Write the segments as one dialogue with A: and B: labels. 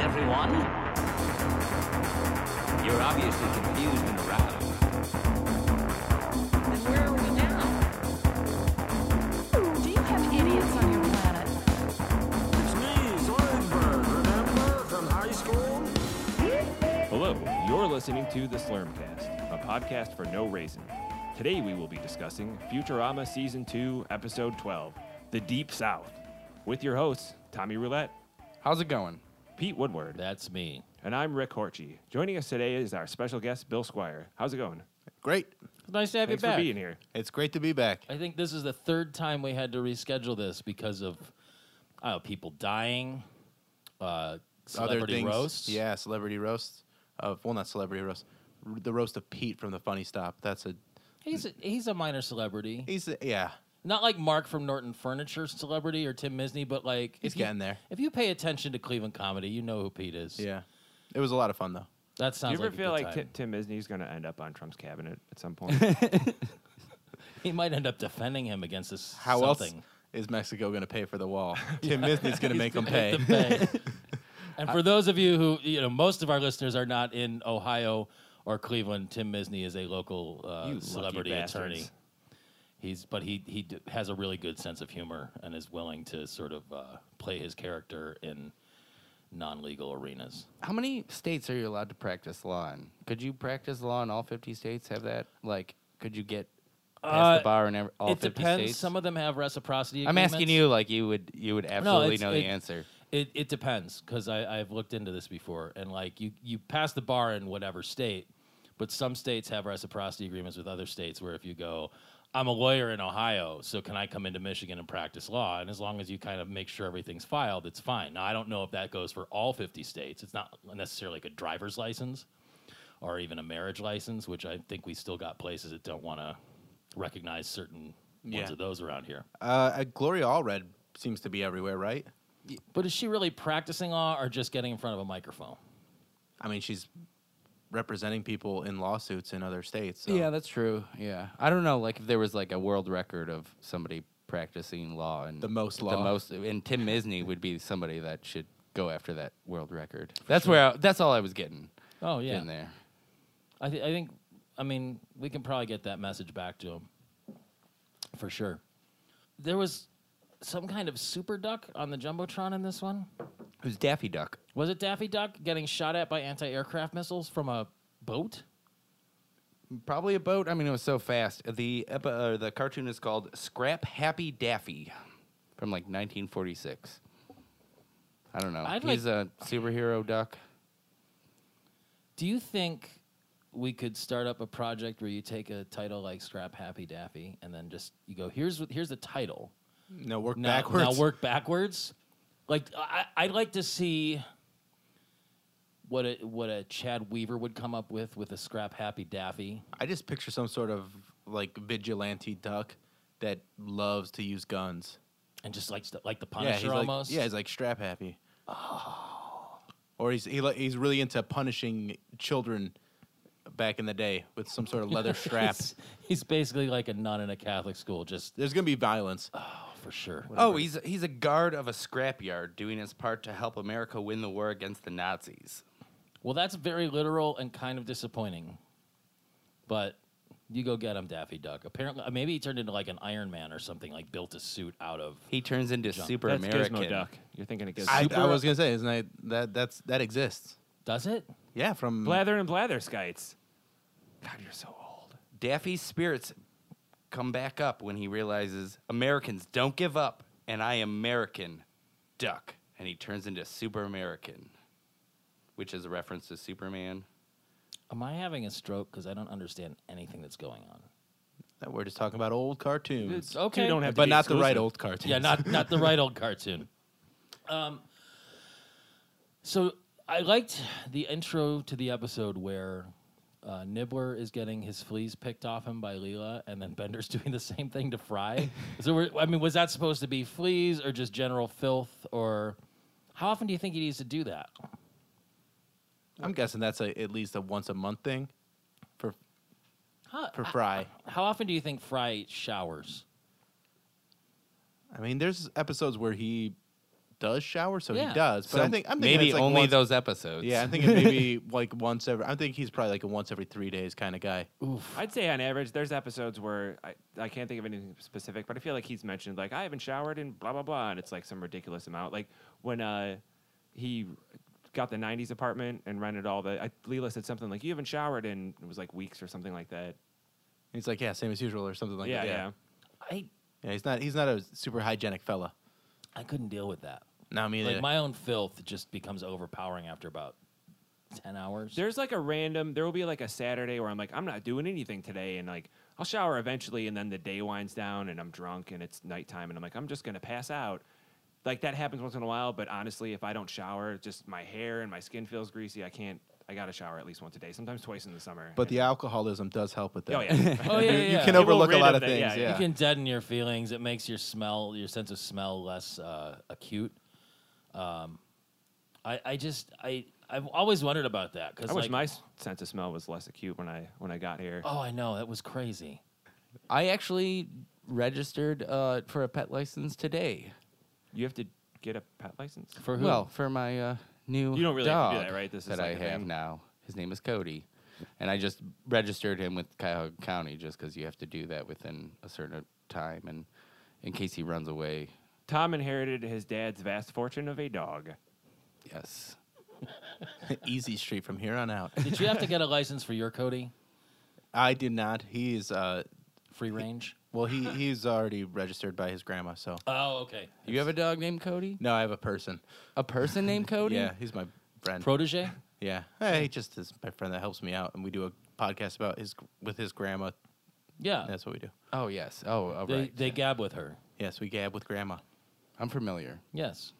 A: everyone? You're obviously confused and aroused.
B: Then where are we now? Do you have idiots on your planet?
C: It's me, Zoidberg, remember? From high school?
D: Hello, you're listening to The Slurmcast, a podcast for no reason. Today we will be discussing Futurama Season 2, Episode 12, The Deep South, with your hosts, Tommy Roulette,
E: How's it going?
D: Pete Woodward,
F: That's me.
D: and I'm Rick Horchy. Joining us today is our special guest, Bill Squire. How's it going?
E: Great.
F: It's nice to have
D: Thanks
F: you back.
D: for being here.
E: It's great to be back.
F: I think this is the third time we had to reschedule this because of I don't know, people dying, uh, celebrity roasts.
E: Yeah, celebrity roasts. Of well, not celebrity roast. r- The roast of Pete from the Funny Stop. That's a
F: he's a, he's a minor celebrity,
E: he's a, yeah.
F: not like Mark from Norton Furniture celebrity or Tim Misney, but like
E: He's
F: if you-
E: getting there.
F: If you pay attention to Cleveland comedy, you know who Pete is.
E: Yeah, it was a lot of fun though.
F: that
D: Do you
F: sounds.
D: ever
F: like a
D: feel
F: good
D: like Ti-
F: time.
D: Tim Isney's going to end up on Trump's cabinet at some point?
F: he might end up defending him against this
E: How
F: something.
E: else is Mexico going to pay for the wall? Tim Misney's going to make them pay.
F: Make them pay. and for those of you who, you know, most of our listeners are not in Ohio or Cleveland. Tim Misney is a local
D: You
F: uh,
D: lucky
F: celebrity attorney.
D: bastards.
F: He's, but he he d- has a really good sense of humor and is willing to sort of uh, play his character in non-legal arenas.
G: How many states are you allowed to practice law in? Could you practice law in all 50 states? Have that? Like, could you get past
F: Uh,
G: the bar in ev- all
F: it
G: 50
F: depends.
G: states?
F: Some of them have reciprocity.
G: I'm asking
F: agreements.
G: you, like, you would you would absolutely
F: it's-
G: know the
F: it-
G: answer.
F: It it depends because I I've looked into this before and like you you pass the bar in whatever state, but some states have reciprocity agreements with other states where if you go, I'm a lawyer in Ohio, so can I come into Michigan and practice law? And as long as you kind of make sure everything's filed, it's fine. Now I don't know if that goes for all 50 states. It's not necessarily like a driver's license or even a marriage license, which I think we still got places that don't want to recognize certain
E: Yeah.
F: ones of those around here.
E: Uh, uh, Gloria Allred seems to be everywhere, right?
F: But is she really practicing law or just getting in front of a microphone?
E: I mean, she's representing people in lawsuits in other states. so-
G: Yeah, that's true. Yeah, I don't know. Like, if there was like a world record of somebody practicing law and
E: The most
G: the
E: law.
G: most, and Tim Misney would be somebody that should go after that world record. That's where. I, that's all I was getting.
F: Oh yeah,
G: in there.
F: I, th- I think. I mean, we can probably get that message back to him for sure. There was some kind of super duck on the jumbotron in this one.
G: Who's Daffy Duck?
F: Was it Daffy Duck getting shot at by anti-aircraft missiles from a boat?
G: Probably a boat. I mean, it was so fast. The epi- uh, the cartoon is called Scrap Happy Daffy, from like 1946. I don't know.
F: I'd
G: He's a superhero duck.
F: Do you think we could start up a project where you take a title like Scrap Happy Daffy and then just you go here's what here's the title
E: No, work
F: now,
E: backwards.
F: Now work backwards. Like I, I'd like to see what a what a Chad Weaver would come up with with a scrap happy Daffy.
E: I just picture some sort of like vigilante duck that loves to use guns.
F: And just like st- like the
E: yeah,
F: Punisher
E: he's like,
F: almost. Oh.
E: yeah, he's like strap happy. Or he's he, li- he's really into punishing children back in the day with some sort of leather strap.
F: He's- he's basically like a nun in a Catholic school, just
E: There's gonna be violence.
F: oh, for sure.
G: Oh, he's he's a guard of a scrapyard doing his part to help America win the war against the Nazis.
F: Well, that's very literal and kind of disappointing. But you go get him, Daffy Duck. Apparently, uh, maybe he turned into like an Iron Man or something, like built a suit out of.
G: He turns into
F: Jump.
G: Super
D: That's
G: American.
D: Gizmo Duck. You're thinking of Gizmo.
E: I, I
F: super-
E: was gonna say, isn't that that that's that exists?
F: Does it?
E: Yeah, from
D: Blather and Blather Skites. God, you're so old.
G: Daffy's spirits come back up when he realizes Americans don't give up, and I am American Duck. And he turns into Super American, which is a reference to Superman.
F: Am I having a stroke? Because I don't understand anything that's going on.
E: that we're just talking about old cartoons,
D: It's-
F: okay.
D: You don't have to
E: but
D: be
E: not the right
D: exclusive.
E: old cartoons.
F: Yeah, not not the right old cartoon. Um, so I liked the intro to the episode where uh, Nibbler is getting his fleas picked off him by Leela, and then Bender's doing the same thing to Fry. so we're, I mean, was that supposed to be fleas or just general filth, or how often do you think he needs to do that?
E: I'm guessing that's a, at least a once a month thing for
F: Huh,
E: for Fry.
F: How often do you think Fry showers?
E: I mean, there's episodes where he does shower, so
F: Yeah.
E: he does. But I
G: So
E: think I'm thinking
G: maybe
E: it's like
G: only
E: once-
G: those episodes.
E: Yeah, I think it maybe like once every. I think he's probably like a once every three days kind of guy.
D: I'd say on average, there's episodes where I, I can't think of anything specific, but I feel like he's mentioned like I haven't showered in blah blah blah, and it's like some ridiculous amount. Like when uh, he got the '90s apartment and rented all the, I, Leela said something like you haven't showered in it was like weeks or something like that.
E: And he's like, yeah, same as usual, or something like
D: yeah,
E: that.
D: yeah,
F: I
E: yeah. He's not. He's not a super hygienic fella.
F: I couldn't deal with that.
E: No, me
F: Like
E: neither.
F: my own filth just becomes overpowering after about ten hours.
D: There's like a random. There will be like a Saturday where I'm like I'm not doing anything today, and like I'll shower eventually, and then the day winds down, and I'm drunk, and it's nighttime, and I'm like I'm just gonna pass out. Like that happens once in a while, but honestly, if I don't shower, it's just my hair and my skin feels greasy. I can't. I gotta shower at least once a day, sometimes twice in the summer.
E: but the alcoholism does help with that.
D: oh yeah,
F: oh yeah,
E: You-
F: yeah,
E: you
F: yeah.
E: can
D: It will
E: overlook a
D: rid of
E: lot of
D: that,
E: things.
D: yeah,
E: Yeah,
D: you
F: You can deaden your feelings. It makes your smell, your sense of smell, less uh, acute. Um, I, I just, I, I've always wondered about that because,
D: I wish
F: like,
D: my s- sense of smell was less acute when I when I got here.
F: oh, I know that was crazy.
G: I actually registered uh, for a pet license today.
D: You have to get a pet license.
F: For who?
G: Well, for my uh, new
D: You don't really have
G: dog
D: to do that, right? This is
G: that
D: like
G: I
D: a
G: have
D: thing.
G: now. His name is Cody, and I just registered him with Cuyahoga County just because you have to do that within a certain time, and in case he runs away,
D: Tom inherited his dad's vast fortune of a dog.
G: yes.
E: easy street from here on out.
F: did you have to get a license for your Cody?
E: I did not. He is. Uh,
F: Free range?
E: well, he he's already registered by his grandma. So
F: Oh, okay.
G: You have a dog named Cody?
E: no, I have a person.
G: A person named Cody?
E: Yeah, he's my friend.
F: Protege?
E: yeah, hey, he just is my friend that helps me out, and we do a podcast about his with his grandma.
D: Uh.
F: Yeah.
E: That's what we do.
G: Oh yes. Oh, all
F: they
G: right.
F: they gab with her.
E: Yes, we gab with grandma.
G: I'm familiar.
F: Yes.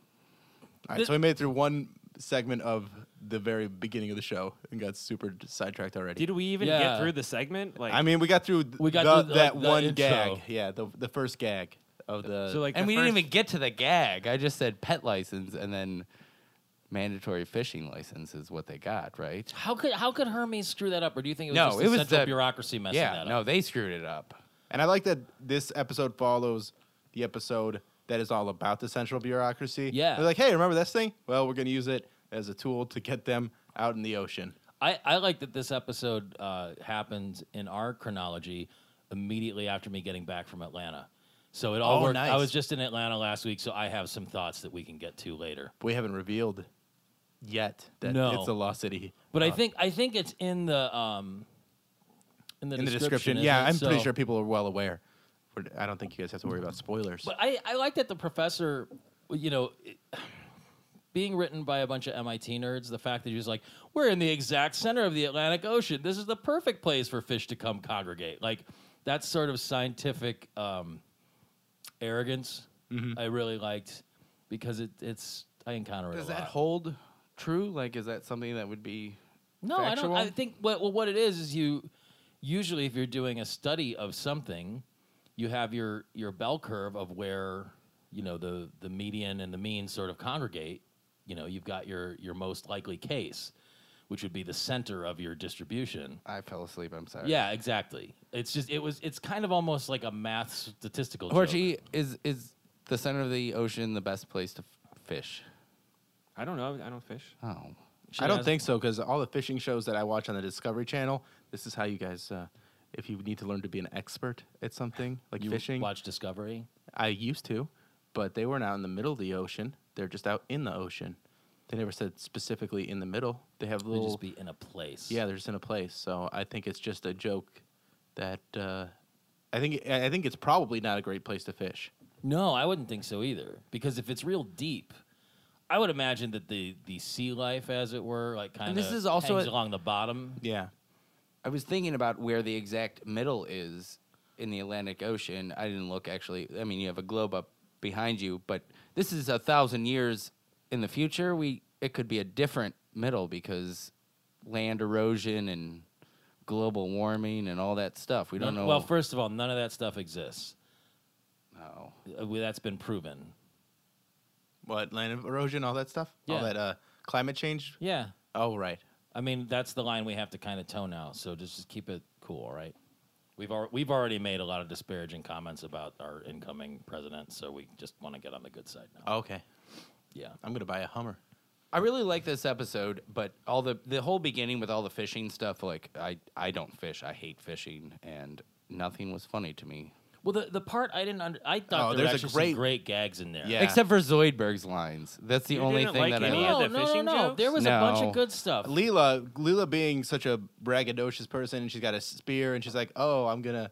E: All right, so we made it through one segment of the very beginning of the show and got super d- sidetracked already.
D: Did we even
F: Yeah.
D: get through the segment? Like
E: I mean, we got through th-
F: We got
E: the-
F: through the-
E: that
F: like, the
E: one
F: intro.
E: gag. Yeah, the, the first gag of the.
D: so like
G: and
D: the
G: we did didn't
D: first-
G: even get to the gag. I just said pet license and then mandatory fishing license is what they got, right?
F: How could how could Hermes screw that up? Or do you think it was
G: No,
F: just the
G: it was
F: central
G: the-
F: bureaucracy messing
G: yeah,
F: that
G: no,
F: up?
G: they screwed it up.
E: and I like that this episode follows the episode that is all about the central bureaucracy.
F: Yeah.
E: They're like, hey, remember this thing? Well, we're going to use it as a tool to get them out in the ocean.
F: I, I like that this episode uh, happened in our chronology immediately after me getting back from Atlanta. So it all
E: Oh,
F: worked. I
E: nice.
F: was just in Atlanta last week, so I have some thoughts that we can get to later.
E: But we haven't revealed yet that
F: No.
E: it's a Lost City.
F: But I think I think it's in the um in the
E: In the
F: description.
E: description.
F: isn't
E: Yeah,
F: it?
E: I'm pretty
F: So-
E: sure people are well aware. We're- I don't think you guys have to worry about spoilers.
F: But I, I like that the professor, you know, it- being written by a bunch of MIT nerds, the fact that he was like, we're in the exact center of the Atlantic Ocean. This is the perfect place for fish to come congregate. Like, that sort of scientific um, arrogance
G: Mm-hmm.
F: I really liked because it, it's, I encounter it
G: Does
F: a lot.
G: that hold true? Like, is that something that would be?
F: No, I don't. I
G: factual?
F: think what well, what it is is you usually if you're doing a study of something, you have your your bell curve of where you know the the median and the mean sort of congregate. You know, you've got your your most likely case, which would be the center of your distribution.
G: I fell asleep. I'm sorry.
F: Yeah, exactly. It's just it was it's kind of almost like a math statistical. joke.
G: Horgy is is the center of the ocean the best place to f- fish?
D: I don't know. I don't fish.
G: Oh,
F: She
E: I don't
F: has-
E: think so because all the fishing shows that I watch on the Discovery Channel, this is how you guys, uh, if you need to learn to be an expert at something like
F: you
E: fishing,
F: Watch Discovery.
E: I used to, but they weren't out in the middle of the ocean. They're just out in the ocean. They never said specifically in the middle. They have
F: They
E: little,
F: just be in a place.
E: yeah, they're just in a place. So I think it's just a joke that uh, I think I I think it's probably not a great place to fish.
F: No, I wouldn't think so either. Because if it's real deep, I would imagine that the the sea life, as it were, like kind of
G: this is also
F: hangs
G: a-
F: along the bottom.
E: Yeah,
G: I was thinking about where the exact middle is in the Atlantic Ocean. I didn't look actually. I mean, you have a globe up behind you, but this is a thousand years in the future. We it could be a different middle because land erosion and global warming and all that stuff. We don't
F: None-
G: know.
F: Well, first of all, none of that stuff exists.
G: no.
F: Uh, well, That's been proven.
E: what land erosion, all that stuff,
F: Yeah.
E: all that uh, climate change.
F: Yeah,
E: Oh right,
F: I mean that's the line we have to kind of toe now. So just, just keep it cool, all right? We've al- we've already made a lot of
G: Oh.
F: disparaging comments about our incoming president, so we just want to get on the good side now.
E: okay.
F: Yeah.
E: I'm gonna buy a Hummer.
G: I really like this episode, but all the the whole beginning with all the fishing stuff, like I I don't fish. I hate fishing, and nothing was funny to me
F: Well, the, the part I didn't under, I thought
E: Oh,
F: there were
E: there's a
F: actually
E: great-
F: some great gags in there.
E: Yeah.
G: except for Zoidberg's lines. That's the
D: You
G: only
D: didn't
G: thing
D: like
G: that I
D: any
G: like.
D: of
F: No,
D: the
F: no, no,
D: fishing
F: no.
D: jokes?
F: There was a bunch
G: No.
F: of good stuff.
E: Leela, Leela being such a braggadocious person, and she's got a spear, and she's like, "Oh, I'm gonna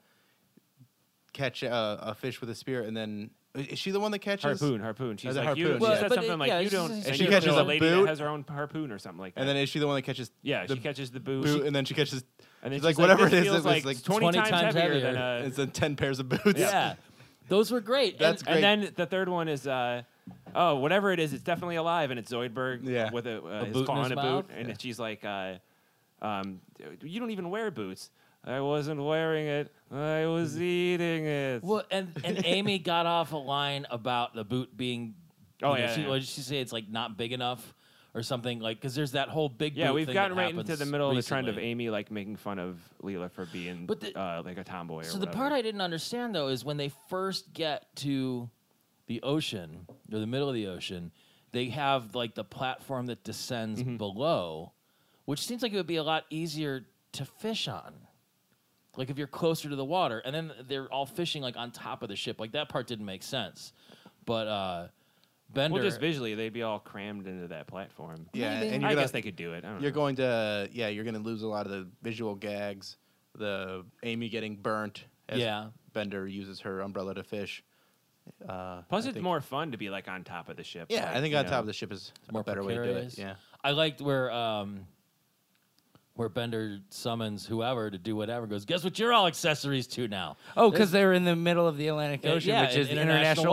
E: catch a, a fish with a spear," and then is she the one that catches
D: Harpoon, harpoon. She's
E: the
D: like, you,
E: harpoon,
D: she
E: Well,
D: said
F: but
D: something
F: it-
D: like,
F: yeah,
D: you
F: she's-
D: don't.
F: she's-
D: and
E: she
D: you
E: catches
D: know,
E: a
D: lady
E: boot.
D: that has her own harpoon or something like that.
E: And then is she the one that catches?
D: yeah,
E: the
D: she catches the boot,
E: boot, and then she catches.
D: and then
E: she's
D: she's
E: like, whatever
D: this
E: it is,
D: feels like,
E: it was like
D: 20, times heavier than uh, a.
E: It's in ten pairs of boots.
F: yeah. Those were great.
E: That's
F: and,
E: great.
D: And then the third one is, uh, oh, whatever it is, it's definitely alive, and it's Zoidberg
E: Yeah.
D: with a, uh,
F: A
D: his
F: boot in
D: paw
F: his
D: in a
F: mouth?
D: boot, and she's like, uh, um, you don't even wear boots. I wasn't wearing it. I was eating it.
F: Hmm. Well, and, and Amy got off a line about the boot being.
D: Oh,
F: you know,
D: yeah,
F: She,
D: yeah.
F: what did she say it's like not big enough or something like because there's that whole big.
D: yeah,
F: boot
D: we've
F: thing
D: gotten
F: that
D: right into the
F: happens
D: middle of the trend of
F: recently.
D: Amy like making fun of Leela for being
F: But the-
D: uh, like a tomboy. Or
F: So the part I didn't understand though is when they first get to the ocean or the middle of the ocean, they have like the platform that descends
E: Mm-hmm.
F: below, which seems like it would be a lot easier to fish on. Like if you're closer to the water, and then they're all fishing like on top of the ship. Like that part didn't make sense, but uh, Bender.
D: well, just visually, they'd be all crammed into that platform.
E: Yeah,
F: Maybe.
E: and you're
D: I
E: gonna,
D: guess they could do it. I don't
E: you're
D: know.
E: going to yeah, you're gonna lose a lot of the visual gags, the Amy getting burnt. As
F: Yeah.
E: Bender uses her umbrella to fish. Uh,
D: Plus,
E: I
D: it's
E: think-
D: more fun to be like on top of the ship.
E: Yeah,
D: like,
E: I think
D: you
E: on
D: know.
E: top of the ship is a
F: more
E: better way to do it.
F: precarious.
E: Yeah.
F: I liked where um, where Bender summons whoever to do whatever. and Goes, guess what? You're all accessories to now.
G: Oh, because they're in the middle of the Atlantic
F: Uh,
G: Ocean,
F: yeah,
G: which
F: in
G: is
F: international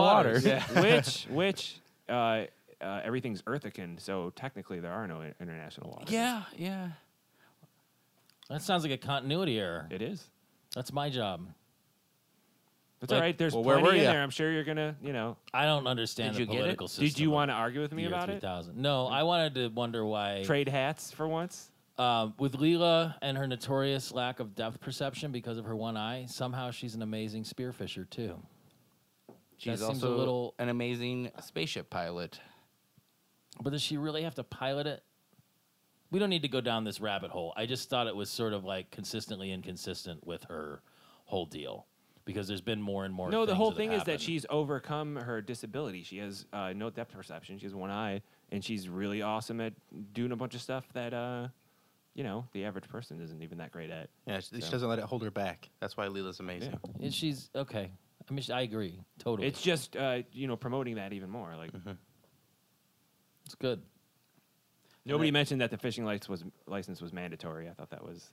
G: international,
F: waters.
G: waters.
D: which which uh, uh, everything's Earthican, so technically there are no i- international waters.
G: yeah, yeah.
F: That sounds like a continuity error.
D: it is.
F: That's my job.
D: That's
F: Like-
D: all right. There's
E: Well, where
D: plenty
E: were
D: in
E: ya?
D: there. I'm sure you're gonna, you know.
F: I don't understand
G: Did you
F: the
G: get it?
F: political system.
D: Did you
F: of
D: want to argue with
F: the
D: me
F: year
D: about
E: E
D: it?
F: 3000. No, I wanted to wonder why.
D: Trade hats for once.
F: Um, with Leela and her notorious lack of depth perception because of her one eye, somehow she's an amazing spearfisher too.
G: She's
F: seems a
G: also
F: little-
G: an amazing spaceship pilot.
F: But does she really have to pilot it? We don't need to go down this rabbit hole. I just thought it was sort of like consistently inconsistent with her whole deal because there's been more and more.
D: No, the
F: things
D: whole
F: have
D: thing is that
F: happened.
D: she's overcome her disability. She has uh, no depth perception. She has one eye, and she's really awesome at doing a bunch of stuff that, uh, you know, the average person isn't even that great at.
E: Yeah, she, she
D: So-
E: doesn't let it hold her back. That's why Leela's amazing.
F: And she's okay. I mean, she- I agree totally.
D: It's just, uh, you know, promoting that even more. Like
F: it's good.
D: nobody mentioned that the fishing license was license was mandatory. I thought that was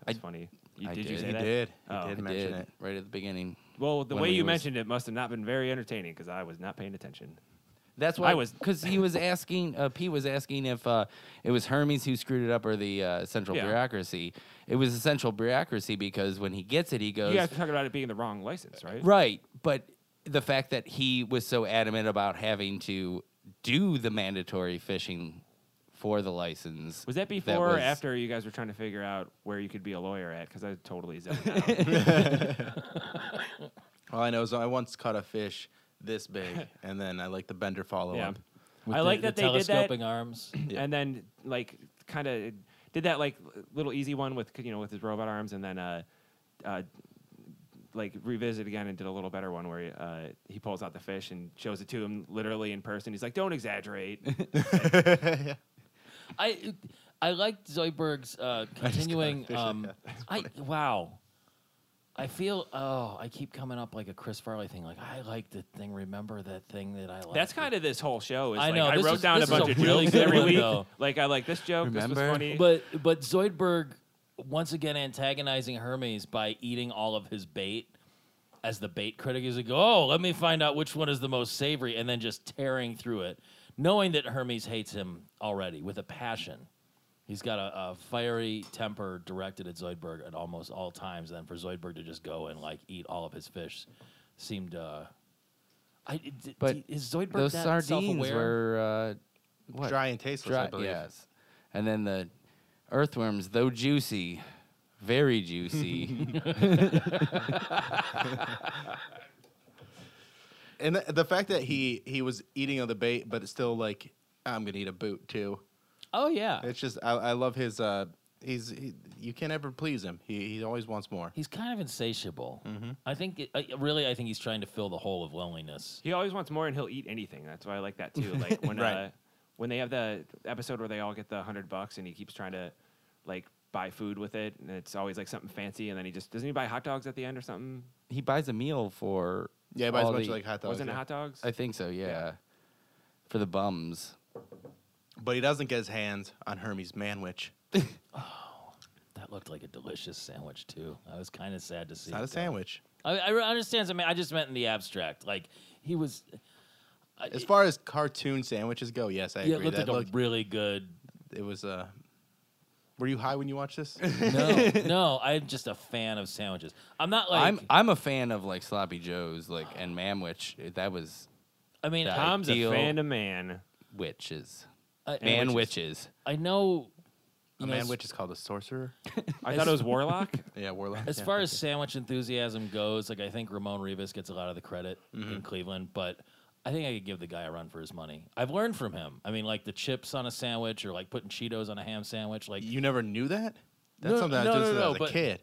D: that was
G: I-
D: funny. You,
G: I
D: did, you
G: did.
D: say
E: He
D: that?
E: did. He
D: Oh.
E: did
D: I
G: I
E: mention
G: did
E: it.
G: right at the beginning.
D: Well, the
G: when
D: way
G: we
D: you
G: was-
D: mentioned it must have not been very entertaining because I was not paying attention.
G: That's
D: I
G: why
D: was-
G: because he was asking. Uh, P was asking if uh, it was Hermes who screwed it up or the uh, central
D: Yeah.
G: bureaucracy. It was the central bureaucracy because when he gets it, he goes
D: You guys talking about it being the wrong license, right?
G: right. But the fact that he was so adamant about having to do the mandatory fishing for the license
D: Was that before or
G: was-
D: after you guys were trying to figure out where you could be a lawyer at? Because I totally zoned out.
E: All I know is I once caught a fish this big, and then I like the Bender follow
D: yeah.
E: up.
F: With
D: I
F: the-
D: like
F: the
D: that they did
F: telescoping
D: that,
F: arms.
E: Yeah.
D: and then like kind of did that like little easy one with you know with his robot arms, and then uh, uh, like revisit again and did a little better one where he, uh, he pulls out the fish and shows it to him literally in person. He's like, "Don't exaggerate."
F: I I liked Zoidberg's uh, continuing.
E: fish
F: um, I wow. I feel oh I keep coming up like a Chris Farley thing like I like the thing remember that thing that I like
D: That's kind of this whole show. Is
F: I
D: like,
F: know,
D: I
F: this
D: wrote
F: is-
D: down a
F: this is
D: bunch
F: a
D: of
F: really
D: jokes
F: good
D: every
F: one,
D: week.
F: though.
D: Like I like this joke. This was
G: Remember?
D: funny.
F: but but Zoidberg once again antagonizing Hermes by eating all of his bait as the bait critic is like oh let me find out which one is the most savory and then just tearing through it knowing that Hermes hates him already with a passion he's got a, a fiery temper directed at Zoidberg at almost all times then for Zoidberg to just go and like eat all of his fish seemed uh I, it- d-
G: But
F: d- is Zoidberg
G: those
F: that
G: sardines
F: self-aware?
G: were uh, what?
E: Dry and tasteless, I
G: Dry-
E: believe.
G: yes. And then the earthworms, though juicy, very juicy.
E: and the, the fact that he he was eating on the bait, but it's still like I'm gonna eat a boot too.
F: Oh yeah,
E: It's just I, I love his. uh He's he, you can't ever please him. He he always wants more.
F: he's kind of insatiable.
E: Mm-hmm.
F: I think it, I, really, I think he's trying to fill the hole of loneliness.
D: He always wants more, and he'll eat anything. That's why I like that too. Like when
E: Right.
D: uh, when they have the episode where they all get the hundred bucks, and he keeps trying to like buy food with it, and it's always like something fancy, and then he just doesn't he buy hot dogs at the end or something?
G: He buys a meal for
E: Yeah, he buys a
G: all
E: bunch
G: the-
E: of like hot dogs.
D: Wasn't it
E: yeah.
D: hot dogs?
G: I think so, yeah. For the bums.
E: but he doesn't get his hands on Hermes Manwich.
F: That looked like a delicious sandwich too. I was kind of sad to see.
E: It's not
F: it
E: a
F: go.
E: sandwich.
F: I, I re- understand. I mean, I just meant in the abstract. Like he was. I-
E: As far as cartoon sandwiches go, yes, I
F: yeah, it
E: agree.
F: looked
E: That
F: like
E: looked,
F: a really good.
E: it was. Uh, were you high when you watched this?
F: No, no, I'm just a fan of sandwiches. I'm not like.
G: I'm I'm a fan of like sloppy joes, like and manwich. That was
F: I mean,
G: that-
F: I'm,
D: Tom's a
G: Ideal.
D: fan of man.
G: witches.
F: I,
G: Man
F: I-
G: witches.
F: I know.
E: a
F: you know, as-
E: manwich is called a sorcerer.
D: I thought it was Warlock.
E: Yeah, warlock.
F: As
E: yeah.
F: far as sandwich enthusiasm goes, like I think Ramon Rivas gets a lot of the credit
G: Mm-hmm.
F: in Cleveland, but I think I could give the guy a run for his money. I've learned from him. I mean, like the chips on a sandwich, or like putting Cheetos on a ham sandwich. Like,
E: you never knew that. That's
F: No,
E: something
F: no,
E: I just
F: no,
E: did
F: no,
E: as a
F: but-
E: kid.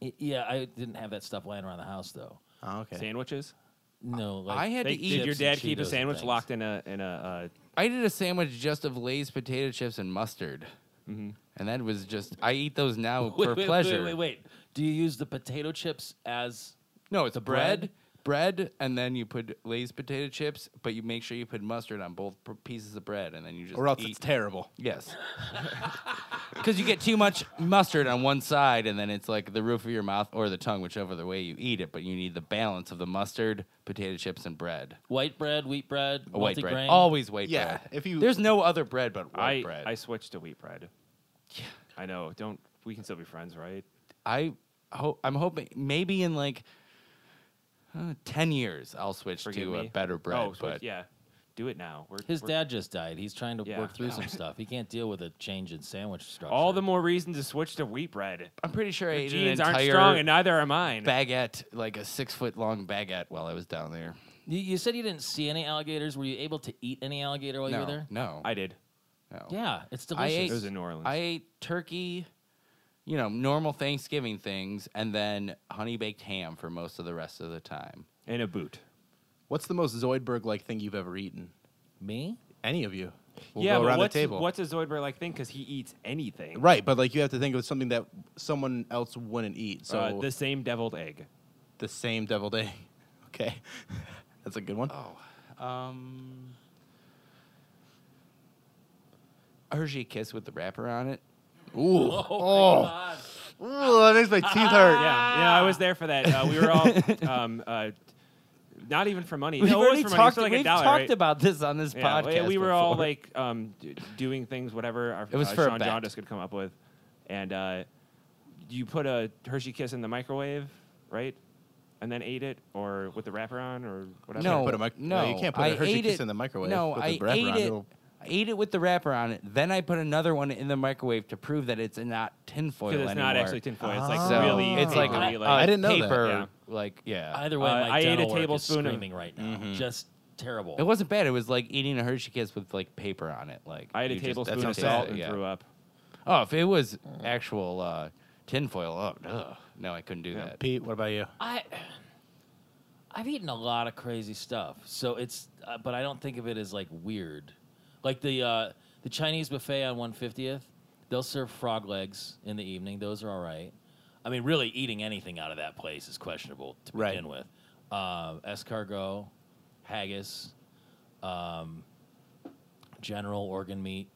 F: y- yeah, I didn't have that stuff laying around the house though.
E: Oh, okay.
D: Sandwiches.
F: No, like
G: I had
D: They-
G: to eat
D: did your
F: chips and
D: dad keep
F: Cheetos
D: a
F: and
D: sandwich
F: things.
D: locked in a in a? uh,
G: I did a sandwich just of Lay's potato chips and mustard. And that was just I eat those now
F: Wait,
G: for
F: wait,
G: pleasure.
F: Wait, wait, wait. Do you use the potato chips as?
G: No, it's
F: The
G: bread, bread, and then you put Lay's potato chips, but you make sure you put mustard on both pr- pieces of bread, and then you just
E: Or else
G: eat.
E: it's terrible.
G: Yes. Because you get too much mustard on one side, and then it's like the roof of your mouth or the tongue, whichever the way you eat it. But you need the balance of the mustard, potato chips, and bread.
F: White bread, wheat bread,
G: A white bread.
F: multigrain.
G: Always white
E: Yeah,
G: bread.
E: if you-
G: There's no other bread but
D: Uh, I
G: white bread.
D: I switched to wheat bread. I know. Don't we can still be friends, right?
G: I ho- I'm hoping maybe in like uh, ten years I'll switch
D: Forgive
G: to
D: me.
G: a better bread.
D: Oh, switch-
G: but
D: yeah. Do it now. We're,
F: His
D: we're-
F: dad just died. He's trying to
D: Yeah.
F: work through some stuff. He can't deal with a change in sandwich structure.
D: All the more reason to switch to wheat bread.
G: I'm pretty sure I ate an
D: Jeans
G: entire
D: aren't strong, and neither are mine.
G: baguette, like a six foot long baguette, while I was down there.
F: You, you said you didn't see any alligators. Were you able to eat any alligator while you
G: no,
F: were there?
G: no,
D: I did.
G: no.
F: Yeah, it's
G: I
F: delicious.
G: ate.
D: It was in New Orleans.
G: I ate turkey, you know, normal Thanksgiving things, and then honey baked ham for most of the rest of the time.
D: In a boot.
E: What's the most Zoidberg like thing you've ever eaten?
F: Me?
E: Any of you? We'll
D: yeah,
E: go
D: but
E: around
D: what's,
E: the table.
D: what's a Zoidberg like thing? Because he eats anything.
E: right, but like you have to think of something that someone else wouldn't eat. So
D: Uh, the same deviled egg.
E: the same deviled egg. Okay, that's a good one.
G: Um, Hershey kiss with the wrapper on it.
E: Ooh, oh, Ooh, that makes my teeth hurt.
D: Yeah, yeah, I was there for that. Uh, we were all um, uh, not even for money.
G: We've
D: no, it was
G: already
D: for money. It was
G: talked,
D: for like
G: we've
D: a dollar,
G: talked
D: right?
G: about this on this
D: Yeah, we-
G: podcast.
D: we were all
G: before.
D: like um, d- doing things, whatever our,
G: It was
D: uh,
G: for a
D: Sean
G: bet.
D: Jaundice could come up with. And uh, you put a Hershey Kiss in the microwave, right? And then ate it, or with the wrapper on, or whatever.
G: no,
E: put a mic-
G: no,
E: no, you can't put
G: I
E: a Hershey
G: ate
E: Kiss
G: it-
E: in the microwave
G: No,
E: with
G: I
E: the wrapper
G: ate
E: on it.
G: it.
E: It'll-
G: I ate it with the wrapper on it. Then I put another one in the microwave to prove that it's not tinfoil
D: Because
G: anymore.
D: it's not actually tinfoil. It's like
G: so
D: really.
G: it's like,
D: papery,
G: uh,
E: I didn't know that.
G: paper,
D: Yeah.
G: like yeah.
F: Either way,
D: Uh,
F: my
D: I ate a
F: dental work is
D: tablespoon of-
F: screaming right now.
G: Mm-hmm.
F: Just terrible.
G: It wasn't bad. It was like eating a Hershey Kiss with like paper on it. Like
D: I had
G: you
D: a
G: just-
D: tablespoon of
G: that's how
D: salt
G: bad,
D: and
G: yeah.
D: threw up.
G: Oh, if it was actual uh, tinfoil, oh no, no, I couldn't do that.
E: Pete, what about you?
F: I I've eaten a lot of crazy stuff, so it's uh, but I don't think of it as like weird. Like the uh, the Chinese buffet on 150th, they'll serve frog legs in the evening. Those are all right. I mean, really eating anything out of that place is questionable to
E: Right.
F: begin with. Uh, escargot, haggis, um, general organ meat.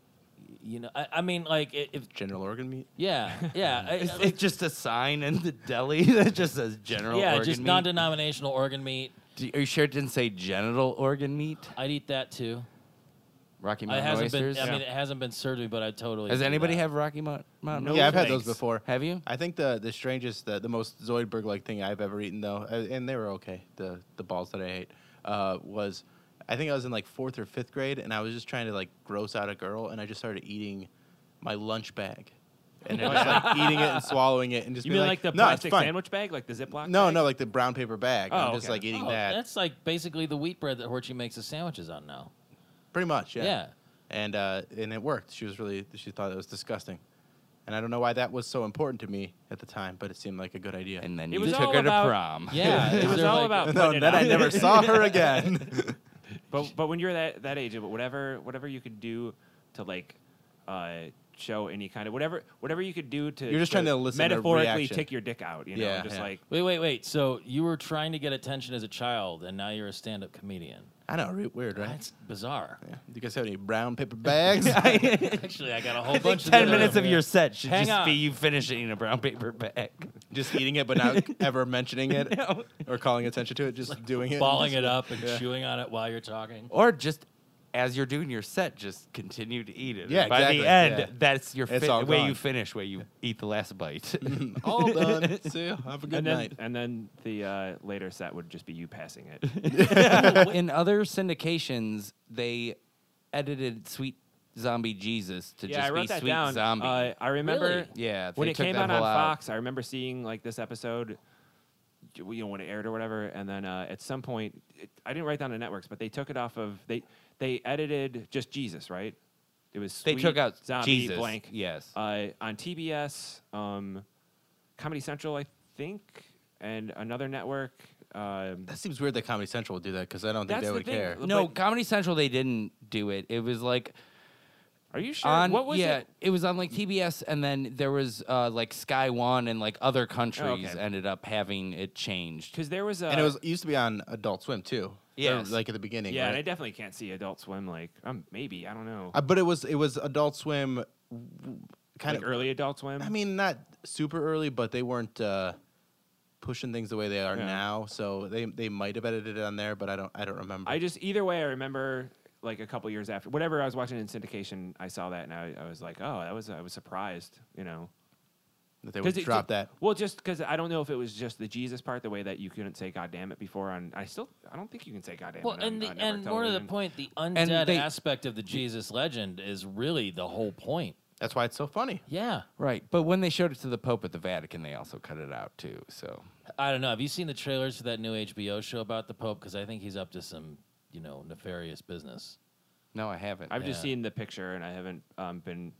F: You know, I, I mean, like it, if
E: General organ meat.
F: yeah, yeah. I-
G: It's, it's just a sign in the deli that just says general.
F: yeah,
G: organ
F: just
G: meat.
F: non-denominational organ meat.
G: Do- Are you sure it didn't say genital organ meat?
F: I'd eat that too.
G: Rocky
F: It
G: Mountain
F: hasn't
G: oysters.
F: been. I mean, it hasn't been served to me, but I totally.
G: Has
F: do
G: anybody
F: that.
G: have Rocky Mount, Mountain?
D: No
E: yeah,
G: oysters?
E: I've had
D: thanks.
E: those before.
G: Have you?
E: I think the the strangest, the, the most Zoidberg like thing I've ever eaten though, uh, and they were okay. The the balls that I ate uh, was, I think I was in like fourth or fifth grade, and I was just trying to like gross out a girl, and I just started eating my lunch bag. and they're just like eating it and swallowing it and just
D: You
E: be
D: mean like,
E: like,
D: the
E: no, it's
D: plastic
E: fine.
D: sandwich bag, like the Ziploc?
E: No,
D: bag?
E: no, like the brown paper bag. and
D: Oh,
E: I'm just
D: okay.
E: like eating
F: Oh,
E: that,
F: That's like basically the wheat bread that Horchie makes the sandwiches on now.
E: pretty much. Yeah.
F: Yeah.
E: And uh, and it worked. She was really she thought it was disgusting, and I don't know why that was so important to me at the time, but it seemed like a good idea.
G: And then
D: It
G: you
D: was
G: took
D: all
G: her
D: about-
G: to prom.
F: Yeah.
D: It
F: is
D: was
F: there,
D: all
F: like-
D: about
E: no,
D: putting it
E: then I
D: out.
E: never saw her again.
D: But but when you're that that age, whatever whatever you could do to like uh, show any kind of whatever whatever you could do to
E: You're just trying to elicit a
D: metaphorically
E: reaction.
D: take your dick out, you know,
E: Yeah,
D: just
E: yeah.
D: like
F: Wait, wait, wait. So you were trying to get attention as a child, and now you're a stand-up comedian.
E: I know, re- weird, right?
F: That's bizarre.
E: Yeah. Do you guys have any brown paper bags?
F: Actually, I got a whole bunch of
G: Ten
F: the-
G: minutes of your set should
F: Hang
G: just
F: on.
G: be you finishing in a brown paper bag.
E: just eating it, but not ever mentioning it or calling attention to it. Just doing it,
F: balling it up and chewing on it while you're talking.
G: Or just as you're doing your set, just continue to eat it.
E: Yeah,
G: And By
E: exactly,
G: the end,
E: yeah.
G: that's your
E: It's
G: fi-
E: all
G: way
E: gone.
G: you finish, way you eat the last bite.
E: All done. See ya. Have a good
D: and then
E: night.
D: and then the uh, later set would just be you passing it.
G: in other syndications, they edited Sweet Zombie Jesus to
D: yeah,
G: just
D: I wrote
G: be
D: that
G: Sweet
D: down.
G: Zombie.
D: Uh, I remember
F: Really?
G: yeah,
D: when
G: they
D: it
G: took
D: came
G: that
D: out on
G: whole
D: Fox, I remember seeing like this episode, you know, when it aired or whatever, and then uh, at some point, it, I didn't write down the networks, but they took it off of they they edited just Jesus, right? It was
G: They
D: Sweet
G: took out
D: zombie
G: Jesus.
D: blank
G: Yes.
D: uh, on TBS, um, Comedy Central, I think, and another network. Um,
E: That seems weird that Comedy Central would do that because I don't think
D: That's
E: they
D: the
E: would
D: thing.
E: care.
G: No,
D: But-
G: Comedy Central they didn't do it. It was like
D: are you sure?
G: on
D: what was
G: yeah,
D: it?
G: was on like TBS, and then there was uh, like Sky One, and like other countries ended up having it changed.
D: Because there was a
E: and it was it used to be on Adult Swim too. Yeah,
G: Yes.
E: like at the beginning.
D: uh, yeah,
E: right?
D: and I definitely can't see Adult Swim like um, maybe I don't know
E: Uh, but it was it was Adult Swim,
D: like
E: kind of.
D: early Adult Swim.
E: I mean, not super early, but they weren't uh, pushing things the way they are
D: Yeah.
E: now. So they they might have edited it on there, but I don't I don't remember.
D: I just either way, I remember like a couple years after whatever I was watching in syndication, I saw that and I, I was like, oh, that was I was surprised, you know,
E: that they would
D: it-
E: drop that.
D: Well, just because I don't know if it was just the Jesus part, the way that you couldn't say "God damn it" before. On I still I don't think you can say "God damn
F: Well,
D: it." on-
F: and the,
D: on network
F: and more to the
D: television.
F: point, the undead
G: they-
F: aspect of the Jesus legend is really the whole point.
E: That's why it's so funny.
F: Yeah,
G: Right, but when they showed it to the Pope at the Vatican, they also cut it out too. So
F: I don't know. Have you seen the trailers for that new HBO show about the Pope? Because I think he's up to some, you know, nefarious business.
G: no, I haven't.
D: I've just
F: Yeah.
D: seen the picture and I haven't um, been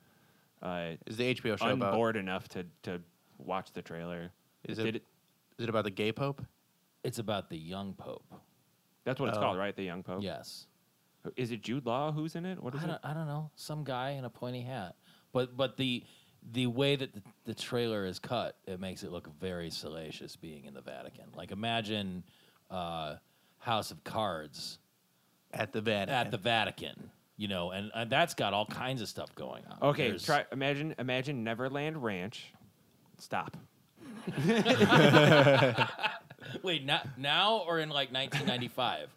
D: uh,
E: Is the HBO show about?
D: unbored enough to to watch the trailer.
E: Is
D: Did
E: it, is it about the gay pope?
F: It's about the young Pope.
D: That's what it's
E: Oh.
D: called, right? The Young Pope.
F: Yes,
D: Is it Jude Law who's in it? What is
F: I
D: it?
F: don't, I don't know, some guy in a pointy hat. But but the the way that the, the trailer is cut, it makes it look very salacious being in the Vatican. Like imagine uh, House of Cards.
E: At the Vatican.
F: at the Vatican, you know, and, and that's got all kinds of stuff going on.
D: Okay,
F: There's-
D: try imagine imagine Neverland Ranch. Stop.
F: Wait, not now or in like 1995?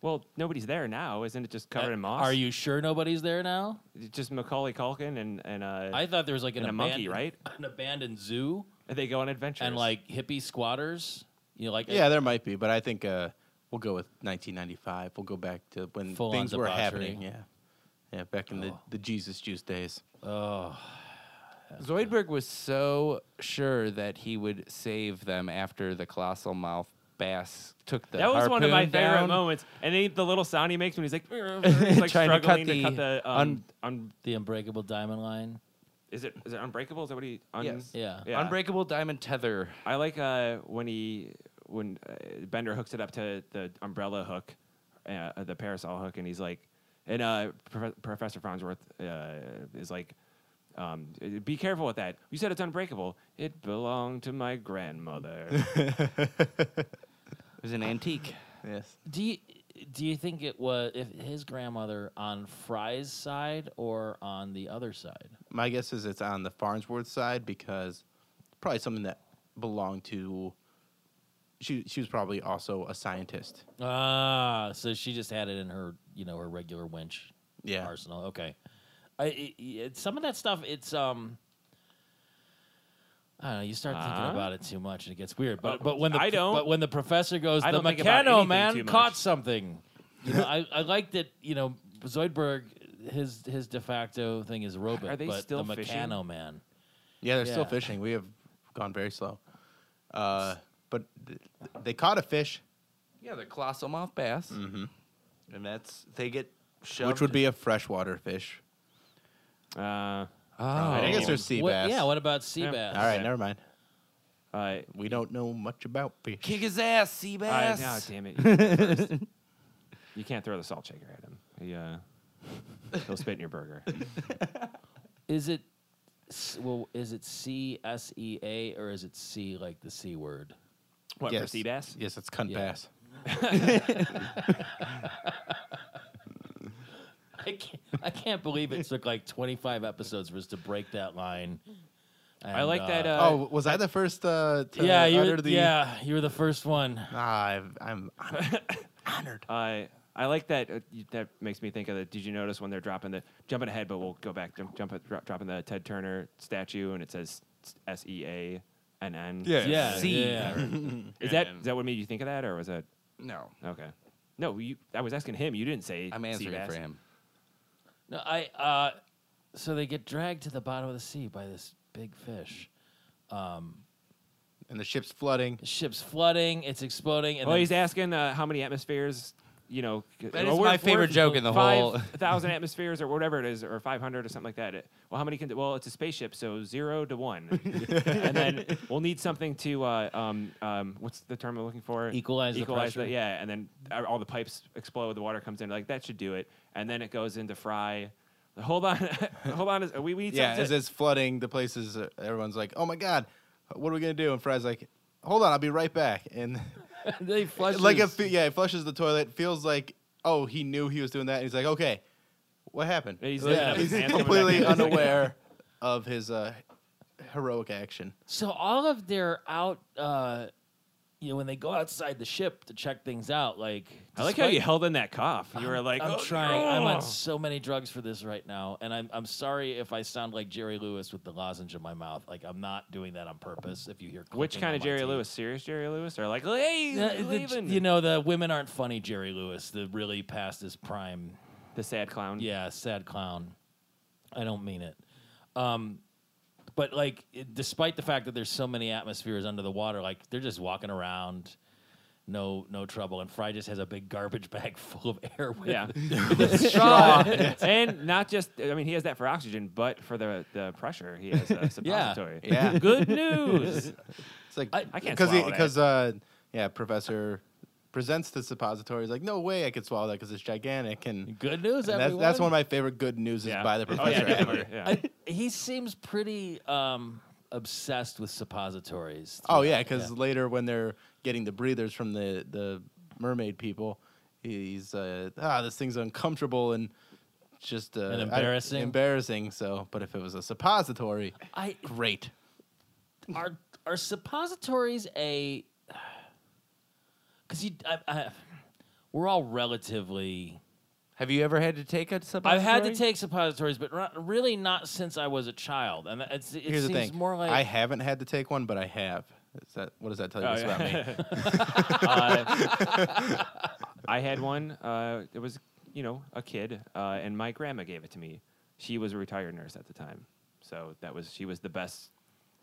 D: Well, nobody's there now, isn't it? Just covered in moss.
F: Uh, Are you sure nobody's there now?
D: It's just Macaulay Culkin and and uh,
F: I thought there was like an
D: And a monkey,
F: abandoned-
D: right?
F: An abandoned zoo
D: they go on adventures
F: and like hippie squatters. You know, like
E: yeah, there might be, but I think uh, we'll go with 1995. We'll go back to when
F: Full-on
E: things were
F: debauchery.
E: happening. Yeah, yeah, back in the, the Jesus juice days.
G: Zoidberg was so sure that he would save them after the colossal mouth bass took the
D: that was one of my
G: harpoon
D: favorite
G: down.
D: moments. And then the little sound he makes when he's like, he's like
G: Trying to cut
D: struggling to cut the,
G: the
D: um,
G: un-
D: un-
F: the Unbreakable Diamond Line.
D: is it is it unbreakable? Is that what he? Un-
G: Yes.
F: Yeah.
G: Unbreakable diamond tether.
D: I like uh, when he when uh, Bender hooks it up to the umbrella hook, uh, the parasol hook, and he's like, and uh, Prof- Professor Farnsworth uh, is like, um, be careful with that. You said it's unbreakable. It belonged to my grandmother.
G: It was an antique.
E: Yes.
F: Do you do you think it was if his grandmother on Fry's side or on the other side?
E: My guess is it's on the Farnsworth side because probably something that belonged to. She she was probably also a scientist.
F: Ah, so she just had it in her, you know, her regular winch
E: Yeah.
F: arsenal. Okay, I, i- i- some of that stuff. It's um, I don't know. You start thinking
D: Uh-huh.
F: about it too much, and it gets weird.
D: Uh,
F: But but when the
D: I don't.
F: But when the professor goes,
D: I
F: the
D: don't think about
F: mechano
D: anything
F: man
D: too much."
F: caught something. You know, I I like that. You know, Zoidberg, his his de facto thing is robot.
D: Are they
F: but
D: still
F: the
D: fishing?
F: mechano man?
E: Yeah, they're still
F: Yeah.
E: fishing. We have gone very slow. Uh, but th- they caught a fish,
G: Yeah, they're colossal mouth bass. Mm-hmm. And that's they get shoved.
E: which would be a freshwater fish.
D: Uh,
E: I guess they're sea
F: Oh. What-
E: bass.
F: Yeah, what about sea
D: Yeah.
F: bass?
E: All right,
D: Okay.
E: never mind.
D: uh,
E: We don't know much about fish.
G: kick his ass, sea
D: I,
G: bass.
D: no, damn it. You, did it first. You can't throw the salt shaker at him. He, uh, he'll spit in your burger.
F: Is it s- well? Is it C S E A or is it C like the C word?
D: What, for
E: Yes.
D: sea bass?
E: Yes, it's cunt
F: Yeah.
E: bass.
F: I can't, I can't believe it took like 25 episodes for us to break that line.
D: I like that. Uh,
E: Oh, was I the first uh, to
F: yeah, you were,
E: utter the?
F: yeah, you were the first one.
E: Ah, I've- I'm, I'm honored.
D: I I like that. Uh, you- that makes me think of the. Did you notice when they're dropping the jumping ahead? But we'll go back. Jump, jump dro- dropping the Ted Turner statue, and it says S E A N N.
E: Yeah.
F: Yeah,
G: C.
F: yeah.
D: Is that
G: NN.
D: is that what made you think of that, or was that
G: No,
D: okay? No, you, I was asking him. You didn't say.
G: I'm answering
D: Seabass.
G: for him.
F: No, I. Uh, so they get dragged to the bottom of the sea by this big fish.
E: And the ship's flooding.
F: The ship's flooding. It's exploding. And
D: Well,
F: then
D: he's asking uh, how many atmospheres. You know, c-
G: That
D: well,
G: is
D: we're-
G: my favorite
D: we're
G: joke in the whole-
D: Five thousand atmospheres, or whatever it is, or five hundred, or something like that. It- well, how many can? Well, it's a spaceship, so zero to one, and then we'll need something to. Uh, um, um, what's the term I'm looking for?
F: Equalize the
D: Equalize
F: pressure.
D: yeah, and then uh, all the pipes explode. The water comes in. Like that should do it, and then it goes into fry. Hold on, hold on. is- We, we need
E: Yeah,
D: something
E: as
D: to-
E: it's flooding, the places uh, everyone's like, "Oh my god, what are we gonna do?" And Fry's like, "Hold on, I'll be right back." And
F: they flush
E: like a
F: this-
E: fe- yeah, he flushes the toilet. Feels like oh, he knew he was doing that. And he's like, "Okay, what happened?"
D: Yeah, he's
E: Like,
F: looking up,
E: he's
D: his hands coming back
E: completely
D: in.
E: unaware of his uh, heroic action.
F: So all of their out, uh, you know, when they go outside the ship to check things out, like
D: I like how
F: despite-
D: you held in that cough. You were like,
F: I'm
D: "Oh,
F: trying. I'm
D: oh."
F: on so many drugs for this right now, and I'm I'm sorry if I sound like Jerry Lewis with the lozenge in my mouth. Like I'm not doing that on purpose. If you hear
D: Which
F: clicking
D: kind
F: on
D: of
F: my
D: Jerry
F: teeth.
D: Lewis? Serious Jerry Lewis? Or like, hey,
F: Uh,
D: we're
F: the-
D: leaving.
F: you know the women aren't funny. Jerry Lewis, the really past his prime.
D: the sad clown.
F: Yeah, sad clown. I don't mean it. Um, but like, it- despite the fact that there's so many atmospheres under the water, like they're just walking around, no no trouble. And Fry just has a big garbage bag full of air. With
D: Yeah.
F: straw.
D: and not just, I mean, he has that for oxygen, but for the, the pressure, he has a suppository.
E: Yeah.
D: Good news.
E: It's like
D: I can't
E: because
D: swallow that.
E: because uh, yeah, Professor presents the suppository. He's like, "No way, I could swallow that because it's gigantic." And,
F: Good news,
E: and that's,
F: everyone.
E: that's one of my favorite good news is
D: yeah.
E: by the
D: Oh, yeah,
E: professor.
D: definitely. Yeah.
F: I, he seems pretty um, obsessed with suppositories.
E: Oh yeah, because later when they're getting the breathers from the the mermaid people, he's uh, ah this thing's uncomfortable and just uh,
F: And
E: I-
F: embarrassing.
E: embarrassing. So, but if it was a suppository,
F: I
E: great.
F: are are suppositories a because you I, I, we're all relatively
G: Have you ever had to take a suppository?
F: I've had to take suppositories, but not, really not since I was a child, and it's, it
E: Here's
F: seems
E: the thing:
F: more like
E: I haven't had to take one, but I have. Is that what does that tell you
D: Oh,
E: guys
D: yeah.
E: about me?
D: Uh, I had one. Uh, it was, you know, a kid, uh, and my grandma gave it to me. She was a retired nurse at the time. So that was, she was the best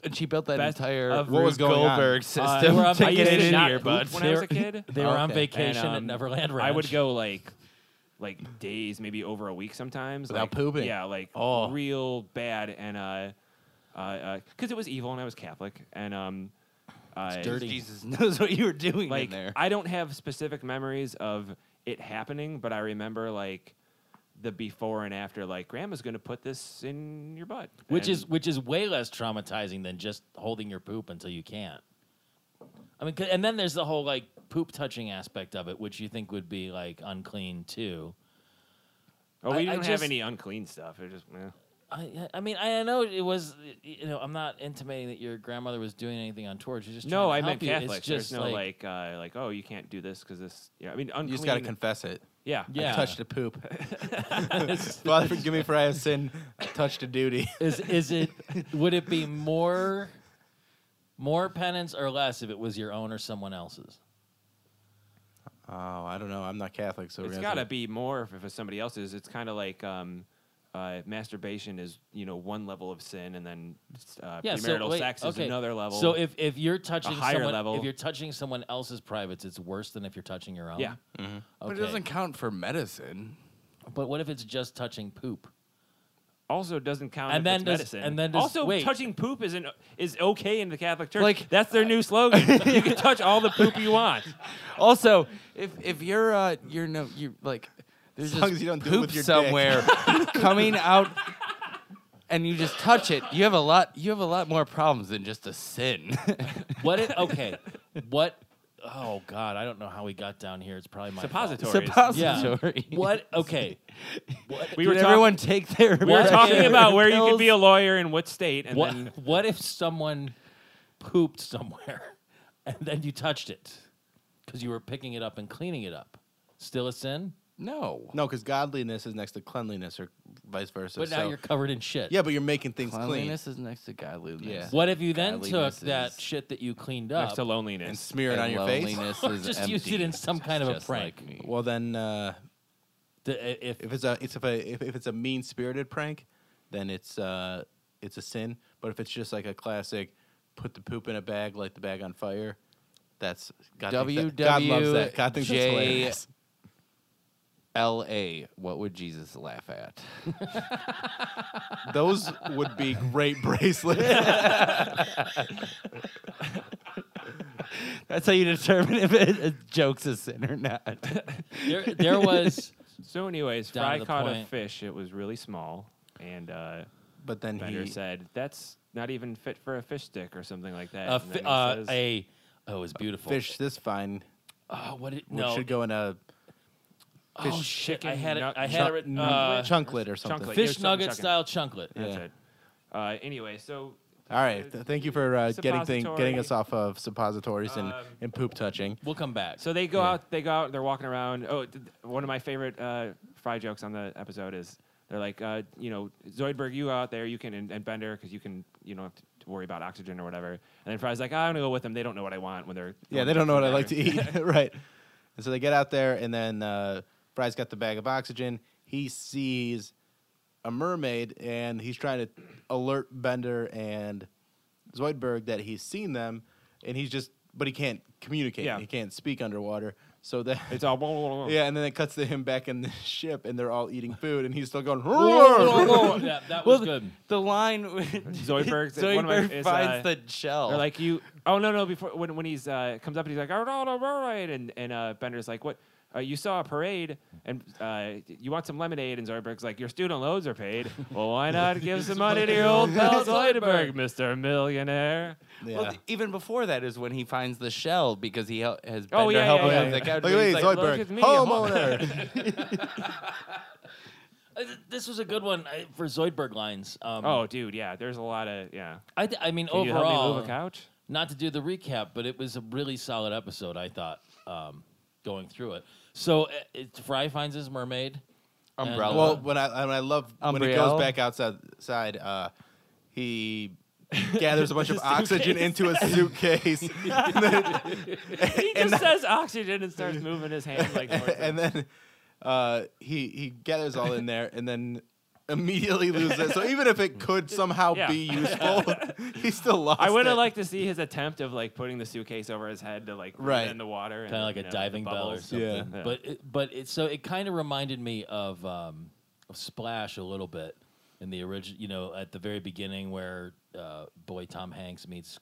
G: And she built that
D: Best
G: entire
D: of
E: What was
G: Rube
E: going on?
G: Goldberg
F: Uh,
G: system
F: we're on
G: to
F: vacation.
G: get it in
F: Not
G: here,
F: poop
G: bud.
D: when I was a kid.
F: they were on
E: Okay.
F: vacation
D: And,
F: at
D: um,
F: Neverland Ranch.
D: I would go like like days, maybe over a week sometimes.
E: Without
D: like,
E: pooping.
D: Yeah, like
E: Oh.
D: real bad and uh uh because it was evil and I was Catholic and um I,
G: Jesus knows what you were doing
D: like
G: in there.
D: I don't have specific memories of it happening, but I remember like the before and after like grandma's gonna put this in your butt.
F: which
D: And
F: is which is way less traumatizing than just holding your poop until you can't. I mean, 'cause- and then there's the whole like poop touching aspect of it, which you think would be like unclean too.
D: oh we
F: I- I
D: didn't have
F: just-
D: any unclean stuff. It was just eh.
F: I, I mean, I know it was. You know, I'm not intimating that your grandmother was doing anything on tour. She's just
D: no, I
F: trying to
D: meant
F: help you. It's
D: Catholic.
F: just
D: There's no like uh, like oh you can't do this because this yeah I mean unclean
E: You just got to confess it.
D: yeah
E: I
F: Yeah.
E: touched a poop. Father, forgive me for I have sinned. I touched a duty.
F: is is it would it be more more penance or less if it was your own or someone else's?
E: Oh, I don't know. I'm not Catholic, so we're
D: it's
E: gonna
D: got to
E: have
D: be more if, if it's somebody else's. It's kind of like um, uh, masturbation is you know one level of sin, and then uh,
F: Yeah,
D: premarital
F: so, wait,
D: sex
F: okay.
D: is another level.
F: So if, if you're touching
D: higher
F: someone,
D: level.
F: if you're touching someone else's privates, it's worse than if you're touching your own.
D: yeah,
G: But it
F: Okay.
G: doesn't count for medicine.
F: But what if it's just touching poop?
D: also doesn't count.
F: And
D: if
F: then
D: it's
F: does-
D: medicine.
F: and then does-
D: also
F: wait.
D: touching poop isn't is okay in the Catholic Church.
G: Like-
D: that's
F: uh,
D: their new slogan. you can touch all the poop you want.
G: Also, if if you're uh you're no you like there's
E: As
G: just
E: long as you don't do it
G: poop
E: with your dick.
G: somewhere coming out and you just touch it, you have a lot you have a lot more problems than just a sin.
F: What if, okay, what, oh God, I don't know how we got down here. It's probably my fault.
D: Suppositories.
G: Suppository.
F: Yeah. What, okay. What,
D: We
G: Did
D: were talk-
G: everyone take their
D: We were
F: What
D: talking
F: if-
D: about where you could be a
G: pills?
D: lawyer in what state, and
F: what,
D: then
F: what if someone pooped somewhere and then you touched it because you were picking it up and cleaning it up? Still a sin?
G: No.
E: No, because godliness is next to cleanliness, or vice versa.
F: But now
E: so-
F: you're covered in shit.
E: yeah, but you're making things clean
G: Cleanliness is next to godliness.
E: Yeah.
F: What if you then took
G: Godliness
F: that
G: is-
F: shit that you cleaned
D: next
F: up
D: to
E: and
D: loneliness.
E: smear it on
G: and
E: your face.
G: loneliness
F: Or
G: is
F: just use it
G: empty,
F: in some kind of a
G: just
F: prank.
G: Like me.
E: Well, then uh,
F: to- i- eh, if
E: if it's a it's if a if, if it's a mean spirited prank, then it's uh it's a sin. But if it's just like a classic, put the poop in a bag, light the bag on fire. That's God, thinks that- God loves that. God thinks that's
G: WWJ.
E: hilarious.
G: LA, what would Jesus laugh at?
E: Those would be great bracelets.
G: That's how you determine if it, a joke's a sin or not.
F: there, there was
D: So, anyways,
F: Down to
D: Fry
F: the
D: caught a
F: point.
D: fish. It was really small, and uh,
E: But then
D: Bender
E: he
D: said, "That's not even fit for a fish stick or something like that."
F: a,
D: And then
F: fi-
D: he
F: uh,
D: says-
F: a oh, it was beautiful.
E: fish this fine.
F: Oh, what did
E: which
F: no?
E: should go in a
F: oh
D: fish
F: shit!
D: chicken
F: I had it.
D: nug-
F: I had it.
D: chunk-
F: Uh,
E: chunklet or something.
D: Chunklet.
F: fish
D: Something
F: nugget
D: chucking.
F: style chunklet.
D: That's
E: Yeah.
D: it. Uh, anyway, so
E: All right. Th- thank you for uh, getting thing, getting
D: Suppository.
E: us off of suppositories and,
D: Um,
E: and poop touching.
F: We'll come back.
D: So they go out. They go out. They're walking around. Oh, th- one of my favorite uh, fry jokes on the episode is they're like, uh, you know, Zoidberg, you out there, you can, and, and Bender, because you can, you don't have to worry about oxygen or whatever. And then Fry's like, "Ah, I'm gonna go with them. They don't know what I want when they're.
E: Yeah,
D: going
E: they don't know what I like to
D: bathroom."
E: eat. right. And so they get out there, and then uh, Fry's got the bag of oxygen. He sees a mermaid, and he's trying to alert Bender and Zoidberg that he's seen them, and he's just, but he can't communicate.
D: Yeah.
E: He can't speak underwater. So that.
D: It's all. Blah, blah, blah.
E: yeah, and then it cuts to him back in the ship, and they're all eating food, and he's still going.
F: that, that was good.
G: The line with
D: Zoidberg's-
G: Zoidberg
D: one of my- is,
G: finds
D: uh,
G: the shell.
D: They're like you. Oh no no! Before when when he's uh, comes up and he's like, all right, all right, all right," and and uh, Bender's like, what? Uh, you saw a parade, and uh, you want some lemonade, and Zoidberg's like, your student loans are paid. well, why not give some money to your old pal Zoidberg, Mister Millionaire?
E: Yeah.
G: well, th- even before that is when he finds the shell because he hel- has Bender
D: Oh, yeah, yeah,
G: helping
D: yeah, Oh,
G: him
D: yeah.
G: with the couch.
E: Look
G: and
E: at
G: he's
E: me,
G: like,
D: look
E: Zoidberg,
D: at me,
E: homeowner.
F: Uh, th- This was a good one uh, for Zoidberg lines. Um,
D: Oh, dude, yeah. There's a lot of yeah.
F: I, th- I mean
D: Can you help me
F: overall,
D: move a couch?
F: not to do the recap, but it was a really solid episode. I thought um, going through it. So uh, it, Fry finds his mermaid.
G: Umbrella.
E: well, when I when I love when he
G: Umbriel.
E: goes back outside, side, uh, he gathers a bunch of oxygen into a suitcase, and then,
D: He just says oxygen and starts moving his hand like.
E: and then, uh, he he gathers all in there, and then immediately loses it. So even if it could somehow
D: Yeah.
E: be useful, he still lost.
D: I would
E: it.
D: have liked to see his attempt of like putting the suitcase over his head to like put it
E: Right.
D: in the water, and,
F: kind of like
D: you
F: a
D: know, the
F: diving bell or
D: bubbles.
F: something.
E: Yeah.
D: Yeah.
F: But it, but it so it kind of reminded me of, um, of Splash a little bit in the original, you know, at the very beginning where uh, boy Tom Hanks meets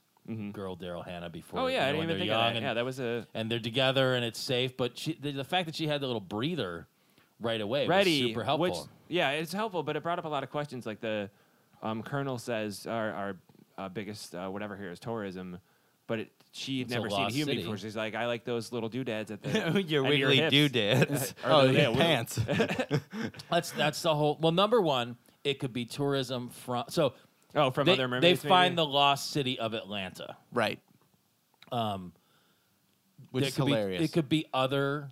F: girl Daryl Hannah before.
D: Mm-hmm. Oh
F: you know,
D: yeah, I didn't
F: when
D: even
F: they're
D: think
F: young
D: of that.
F: And,
D: Yeah, that was a
F: and they're together and it's safe. But she, the, the fact that she had the little breather right away
D: ready.
F: was super helpful.
D: Which, yeah, it's helpful, but it brought up a lot of questions. Like the um, Colonel says, our, our uh, biggest uh, whatever here is tourism, but it, she'd
F: It's a
D: never seen a
F: lost
D: human
F: city.
D: before. She's like, I like those little doodads at the.
G: your, your
D: at your
G: wiggly
D: hips.
G: doodads.
E: Oh,
D: the-
E: yeah,
D: we-
E: pants.
F: that's that's the whole. Well, number one, it could be tourism from. So
D: Oh, from
F: they,
D: other
F: they
D: mermaids.
F: find
D: maybe?
F: the lost city of Atlanta.
E: right. Um, which
F: There
E: is
F: could be-
E: hilarious.
F: it could be other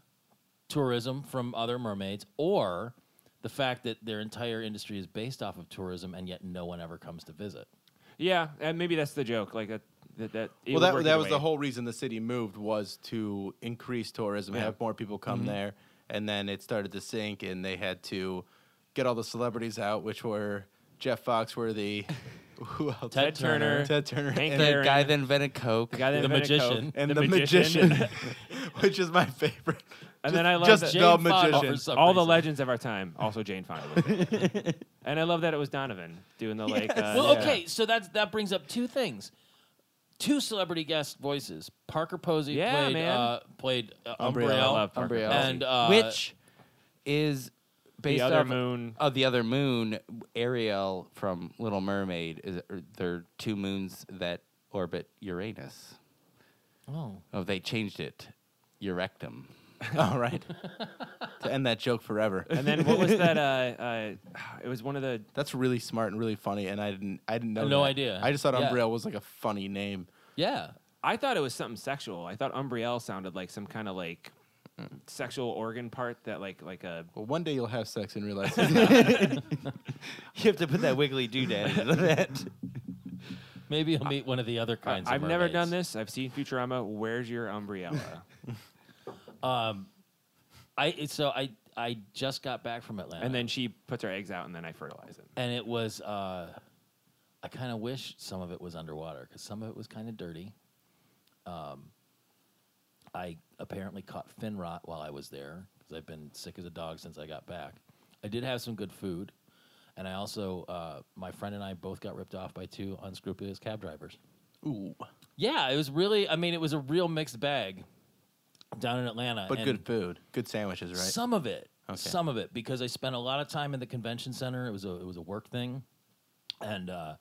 F: tourism from other mermaids, or the fact that their entire industry is based off of tourism, and yet no one ever comes to visit.
D: yeah, and maybe that's the joke. Like that. That, that it would
E: well,
D: work
E: that, that
D: either
E: was the
D: way.
E: whole reason the city moved was to increase tourism, have more people come there, and then it started to sink, and they had to get all the celebrities out, which were Jeff Foxworthy, who else?
F: Ted Turner.
E: Ted Turner,
D: Hank
E: and,
G: The
D: Aaron.
G: guy that invented Coke.
D: The guy that
F: The
D: invented Coke,
F: magician.
E: and the, magician, which is my favorite.
D: and then I love
E: just
D: that-
E: the
F: Jane Fonda
E: magician.
F: for some
D: all the
F: reason.
D: legends of our time. Also Jane Fonda. was in it. and I love that it was Donovan doing the like. Uh,
F: Well,
D: yeah.
F: okay, so that's that brings up two things. Two celebrity guest voices. Parker Posey
D: Yeah,
F: played
D: man.
F: uh, played uh,
E: Umbriel.
F: Umbriel,
D: I love Parker
E: Umbriel.
D: Posey.
F: and uh,
G: which is based
D: other
G: off
D: moon.
G: of the other moon ariel from little mermaid is er, there are two moons that orbit uranus
F: oh,
G: oh they changed it urectum
E: all right, to end that joke forever.
D: And then what was that? Uh, uh, it was one of the.
E: That's really smart and really funny, and I didn't, I didn't know.
F: No
E: that.
F: idea.
E: I just thought
F: Yeah.
E: Umbriel was like a funny name.
F: yeah,
D: I thought it was something sexual. I thought Umbriel sounded like some kind of like sexual organ part that like like a.
E: Well, one day you'll have sex and realize.
G: you have to put that wiggly doodad into that
F: maybe you'll meet one of the other kinds. of
D: I've never done
F: mermaids.
D: this. I've seen Futurama. Where's your umbrella?
F: I so I I just got back from Atlanta,
D: and then she puts her eggs out, and then I fertilize them.
F: and it was. Uh, I kind of wish some of it was underwater because some of it was kind of dirty. Um, I apparently caught fin rot while I was there because I've been sick as a dog since I got back. I did have some good food, and I also uh, my friend and I both got ripped off by two unscrupulous cab drivers.
E: Ooh,
F: Yeah, it was really. I mean, it was a real mixed bag down in Atlanta.
E: but
F: and-
E: good food, good sandwiches, right?
F: some of it.
E: Okay.
F: Some of it because I spent a lot of time in the convention center. It was a it was a work thing, and uh,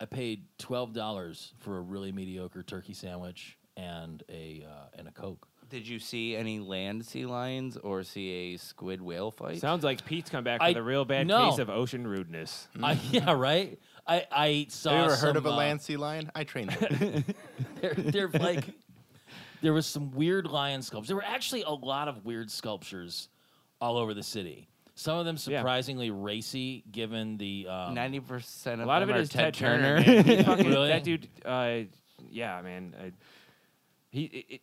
F: I paid twelve dollars for a really mediocre turkey sandwich and a uh, and a coke.
G: did you see any land sea lions or see a squid whale fight
D: Sounds like Pete's come back
F: I-
D: with a real bad
F: no.
D: case of ocean rudeness.
F: I, yeah, right. I I saw.
E: Mm. have you ever heard
F: some,
E: of a
F: uh,
E: land sea lion? I trained. them.
F: They're, they're like there was some weird lion sculptures. There were actually a lot of weird sculptures all over the city. Some of them
D: Yeah.
F: surprisingly racy, given the um,
G: 90% of
D: A lot of
G: them
D: it
G: are
D: is Ted, Turner.
G: Turner.
D: man. He fucking-
F: Really?
D: That dude, uh, yeah, man. I, he it, it-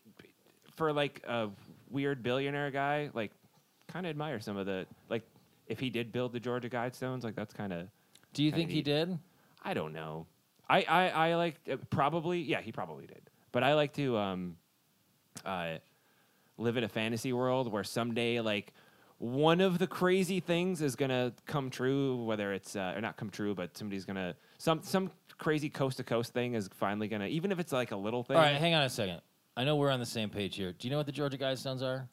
D: for like a weird billionaire guy, like kind of admire some of the like if he did build the Georgia Guidestones, like that's kind of
F: Do you
D: kinda
F: think he
D: neat.
F: did?
D: I don't know. I I I like uh, probably yeah he probably did, but I like to um, uh, live in a fantasy world where someday like one of the crazy things is gonna come true, whether it's uh, or not come true, but somebody's gonna some some crazy coast to coast thing is finally gonna even if it's like a little thing.
F: All right, hang on a second. I know we're on the same page here. Do you know what the Georgia Guidestones are?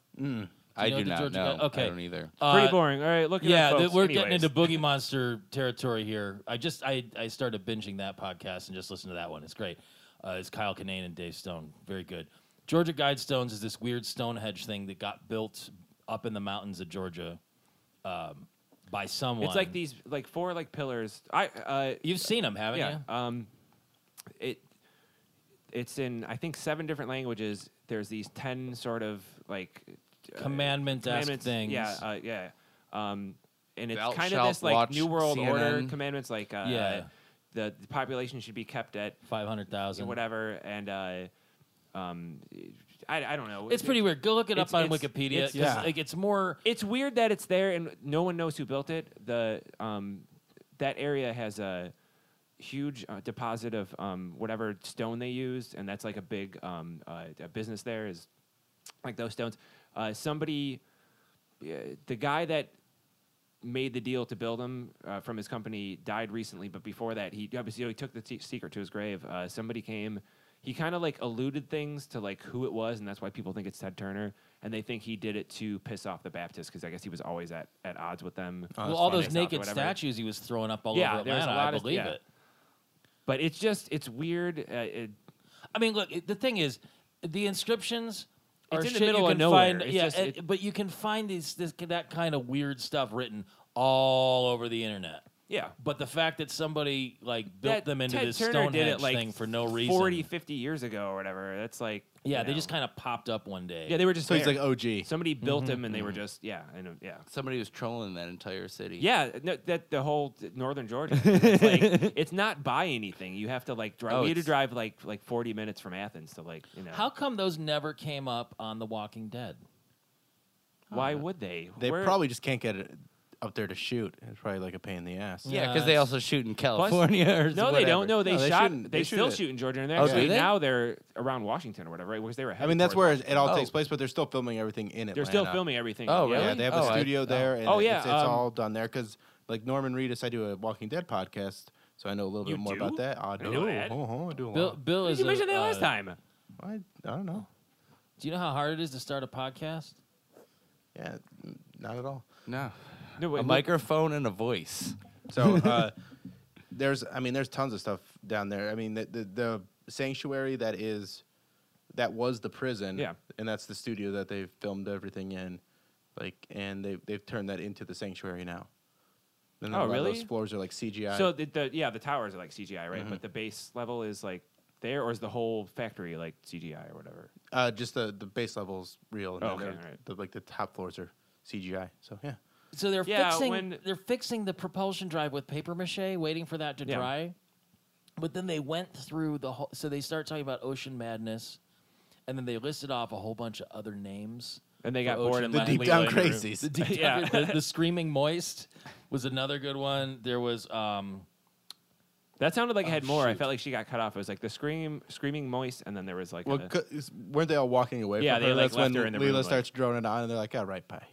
G: i
F: know
G: do
F: the
G: not
F: Georgia
G: know
F: guy- okay.
G: i don't either
D: Pretty
F: Uh,
D: boring. All right, look at
F: Yeah,
D: that,
F: th-
D: folks.
F: we're getting
D: Anyways.
F: into boogie monster territory here. I just I, I started binging that podcast and just listened to that one. It's great. Uh, it's Kyle Kinane and Dave Stone. Very good. Georgia Guidestones is this weird Stonehenge thing that got built up in the mountains of Georgia um, by someone.
D: It's like these like four like pillars. I uh,
F: You've seen them, haven't
D: yeah.
F: you?
D: Um, it it's in I think seven different languages. There's these ten sort of like uh,
F: Commandment-esque
D: commandments.
F: things.
D: Yeah, uh, yeah. Um, and it's
G: Thou
D: kind of
G: shalt
D: this like
G: watch
D: New World Order
G: CNN.
D: commandments, like uh,
F: Yeah.
D: the, the population should be kept at
F: Five hundred thousand.
D: whatever, and uh, um, I, I don't know.
F: It's pretty weird. Go look it up
D: It's-
F: on
D: it's-
F: Wikipedia.
D: it's-
F: 'cause,
E: yeah.
F: like it's more.
D: it's weird that it's there and no one knows who built it. The um, that area has a huge uh, deposit of um, whatever stone they used, and that's like a big um, uh, a business there is like those stones. Uh, somebody, uh, the guy that made the deal to build them uh, from his company died recently, but before that, he obviously he took the t- secret to his grave. Uh, somebody came. He kind of like alluded things to like who it was, and that's why people think it's Ted Turner, and they think he did it to piss off the Baptists because I guess he was always at, at odds with them.
F: well, all those
D: Piss off or
F: naked
D: whatever.
F: statues he was throwing up all
D: Yeah,
F: over
D: there's a
F: Atlanta.
D: lot
F: I
D: of-
F: believe
D: yeah.
F: it.
D: But it's just it's weird. Uh, it,
F: I mean, look, it- the thing is, the inscriptions are
D: in the
F: shit
D: middle
F: you
D: of
F: can
D: nowhere.
F: find.
D: It's
F: yeah,
D: just-
F: and-
D: it-
F: but you can find these this that kind of weird stuff written all over the internet.
D: yeah,
F: But the fact that somebody like built
D: That
F: them into
D: Ted
F: this
D: Turner
F: Stonehenge
D: did it like
F: thing for no reason.
D: 40, 50 years ago or whatever. That's like
F: yeah,
D: you
F: they
D: know.
F: just kind of popped up one day.
D: yeah they were just
E: so he's
D: there.
E: like "Oh, OG.
D: somebody built them and they were just yeah and uh, yeah.
G: somebody was trolling that entire city
D: Yeah, no, that the whole t- northern Georgia. thing. It's like it's not by anything. You have to like drive.
G: Oh,
D: we had to
G: it's-
D: drive like like forty minutes from Athens to like you know.
F: How come those never came up on The Walking Dead?
D: Why would they?
E: They
D: Where-
E: probably just can't get it up there to shoot. It's probably like a pain in the ass.
G: Yeah, because
F: Yeah,
G: they
F: it's-
G: also shoot in California. or
D: No, they don't. No, they,
E: No, they
D: shot.
E: shouldn't.
D: They,
E: They
D: still
E: shouldn't.
D: shoot in Georgia, and they're
G: Oh,
D: actually
G: do they?
D: now they're around Washington or whatever, right? Because they were.
E: I mean, that's where
D: headed
E: it it all
G: Oh.
E: takes place, but they're still filming everything in Atlanta.
D: towards- they're still filming everything.
G: Oh,
D: yeah.
G: really?
E: Yeah, they have
G: Oh,
E: a
G: I-
E: studio there, and
D: Oh, yeah,
E: it's, it's
D: um,
E: all done there because like Norman Reedus, I do a Walking Dead podcast, so I know a little
D: You
E: bit more
D: do?
E: about that. I do.
D: know that.
E: Oh, oh, I do a
F: Bill,
E: lot.
F: Bill is.
D: You
F: a,
D: mentioned that
F: uh,
D: last time.
E: I, I don't know.
F: Do you know how hard it is to start a podcast?
E: Yeah, n- not at all.
G: No.
D: No, wait,
G: A
D: wait.
G: microphone and a voice.
E: So uh, there's, I mean, there's tons of stuff down there. I mean, the, the the sanctuary that is, that was the prison.
D: Yeah.
E: and that's the studio that they filmed everything in, like, and they they've turned that into the sanctuary now. And then
D: Oh,
E: a lot of
D: really?
E: Those floors are like CGI.
D: So the, the yeah, the towers are like CGI, right? But the base level is like there, or is the whole factory like CGI or whatever?
E: Uh, just the, the base level's real. And then
D: Okay,
E: they're-
D: alright.
E: the, like the top floors are CGI. So yeah,
F: So they're
D: Yeah,
F: fixing
D: when-
F: they're fixing the propulsion drive with paper mache, waiting for that to
D: Yeah.
F: dry. But then they went through the whole. So they start talking about Ocean Madness, and then they listed off a whole bunch of other names.
D: And they got
F: for
D: bored
F: Ocean
D: and
E: the
D: left.
F: Madness.
E: deep down
D: Leland.
E: crazies.
F: The, deep
D: Yeah.
F: dive- the- the screaming moist was another good one. There was um,
D: That sounded like it had
F: Oh,
D: more. I
F: shoot.
D: felt like she got cut off. It was like the scream, screaming moist, and then there was like
E: well,
D: a-
E: c- is- weren't they all walking away?
D: Yeah,
E: from
D: they,
E: her?
D: like,
E: That's
D: left
E: when
D: her in the
E: Leela
D: room, like-
E: starts droning on, and they're like, "All right, bye."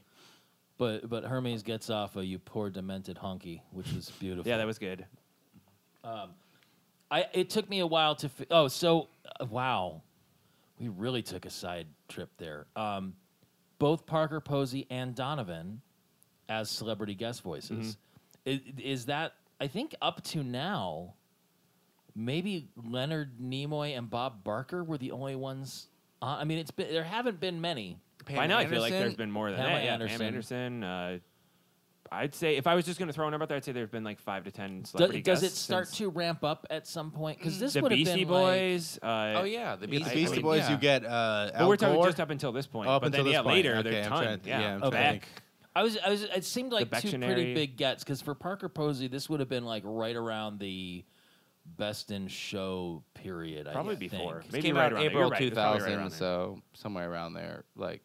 F: but but Hermes gets off a you poor demented honky, which is beautiful.
D: yeah, that was good.
F: I it took me a while to fi- oh so uh, wow, we really took a side trip there. Um, both Parker Posey and Donovan as celebrity guest voices. I-
D: Mm-hmm.
F: Is, that I think up to now, maybe Leonard Nimoy and Bob Barker were the only ones. Uh, I mean, it's been there haven't been many.
D: By now, I feel like there's been more than
F: Pamela
D: that. Yeah, Pam
F: Anderson.
D: Anderson. Uh, I'd say if I was just going to throw a number out there, I'd say there's been like five to ten
F: Do-
D: celebrity
F: does it
D: guests
F: start
D: since Mm-hmm.
F: to ramp up at some point? Because this
D: the
F: would have
D: Beastie
F: been like,
D: Boys? uh,
G: Oh, yeah. The
E: You get
G: Beastie,
E: the Beastie
G: I mean,
E: Boys.
G: yeah.
E: You get uh,
D: But
E: Al
D: we're talking
E: Gore. Oh,
D: just up until this point.
E: Up
D: but
E: until
D: then,
E: this
D: yeah,
E: point.
D: later
E: Okay,
D: there's
E: I'm
D: ton.
E: trying to-
D: yeah,
E: yeah, I'm
D: Beck.
E: trying to think.
F: I was, I was, it seemed like two pretty
D: Bectionary.
F: big gets because for Parker Posey, this would have been like right around the best in show period.
D: Probably
F: I think.
D: before.
G: It
D: Maybe
G: came
D: right
G: out
D: around there.
G: April
D: You're right. It's probably right
G: 2000,
D: around there.
G: so somewhere around there. Like,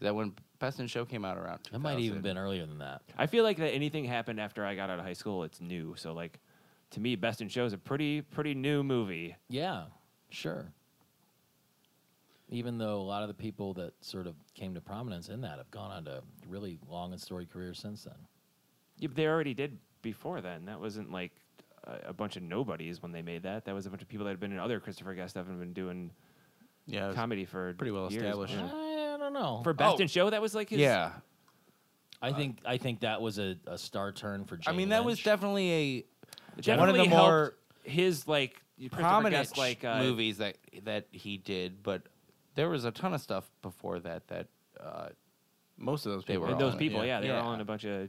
G: is that when Best in Show came out around 2000?
F: It might even been earlier than that.
D: I feel like that anything happened after I got out of high school, it's new. So like, to me, Best in Show is a pretty pretty new movie.
F: Yeah, sure. Even though a lot of the people that sort of came to prominence in that have gone on to really long and storied careers since then.
D: Yeah, but they already did before then. That wasn't like a, a bunch of nobodies when they made that. That was a bunch of people that had been in other Christopher Guest stuff and been doing
E: Yeah, it was
D: comedy for
E: pretty well
D: years.
E: established.
D: Yeah.
F: I don't know.
D: For Best
G: Oh.
D: in Show, that was like his.
G: Yeah.
F: I think I think that was a, a star turn for.
G: I
F: Jane
G: mean, that was
F: Lynch.
G: definitely
D: It
G: One of
D: definitely
G: the
D: helped
G: more
D: his like
G: a
D: Christopher
G: prominent
D: Guest, like uh,
G: movies that that he did, but there was a ton of stuff before that. That uh,
E: Most of those
G: They
E: people.
G: were
E: are
D: And those
E: all-
D: people, yeah,
E: yeah.
D: they were all
G: Yeah.
D: in a bunch of.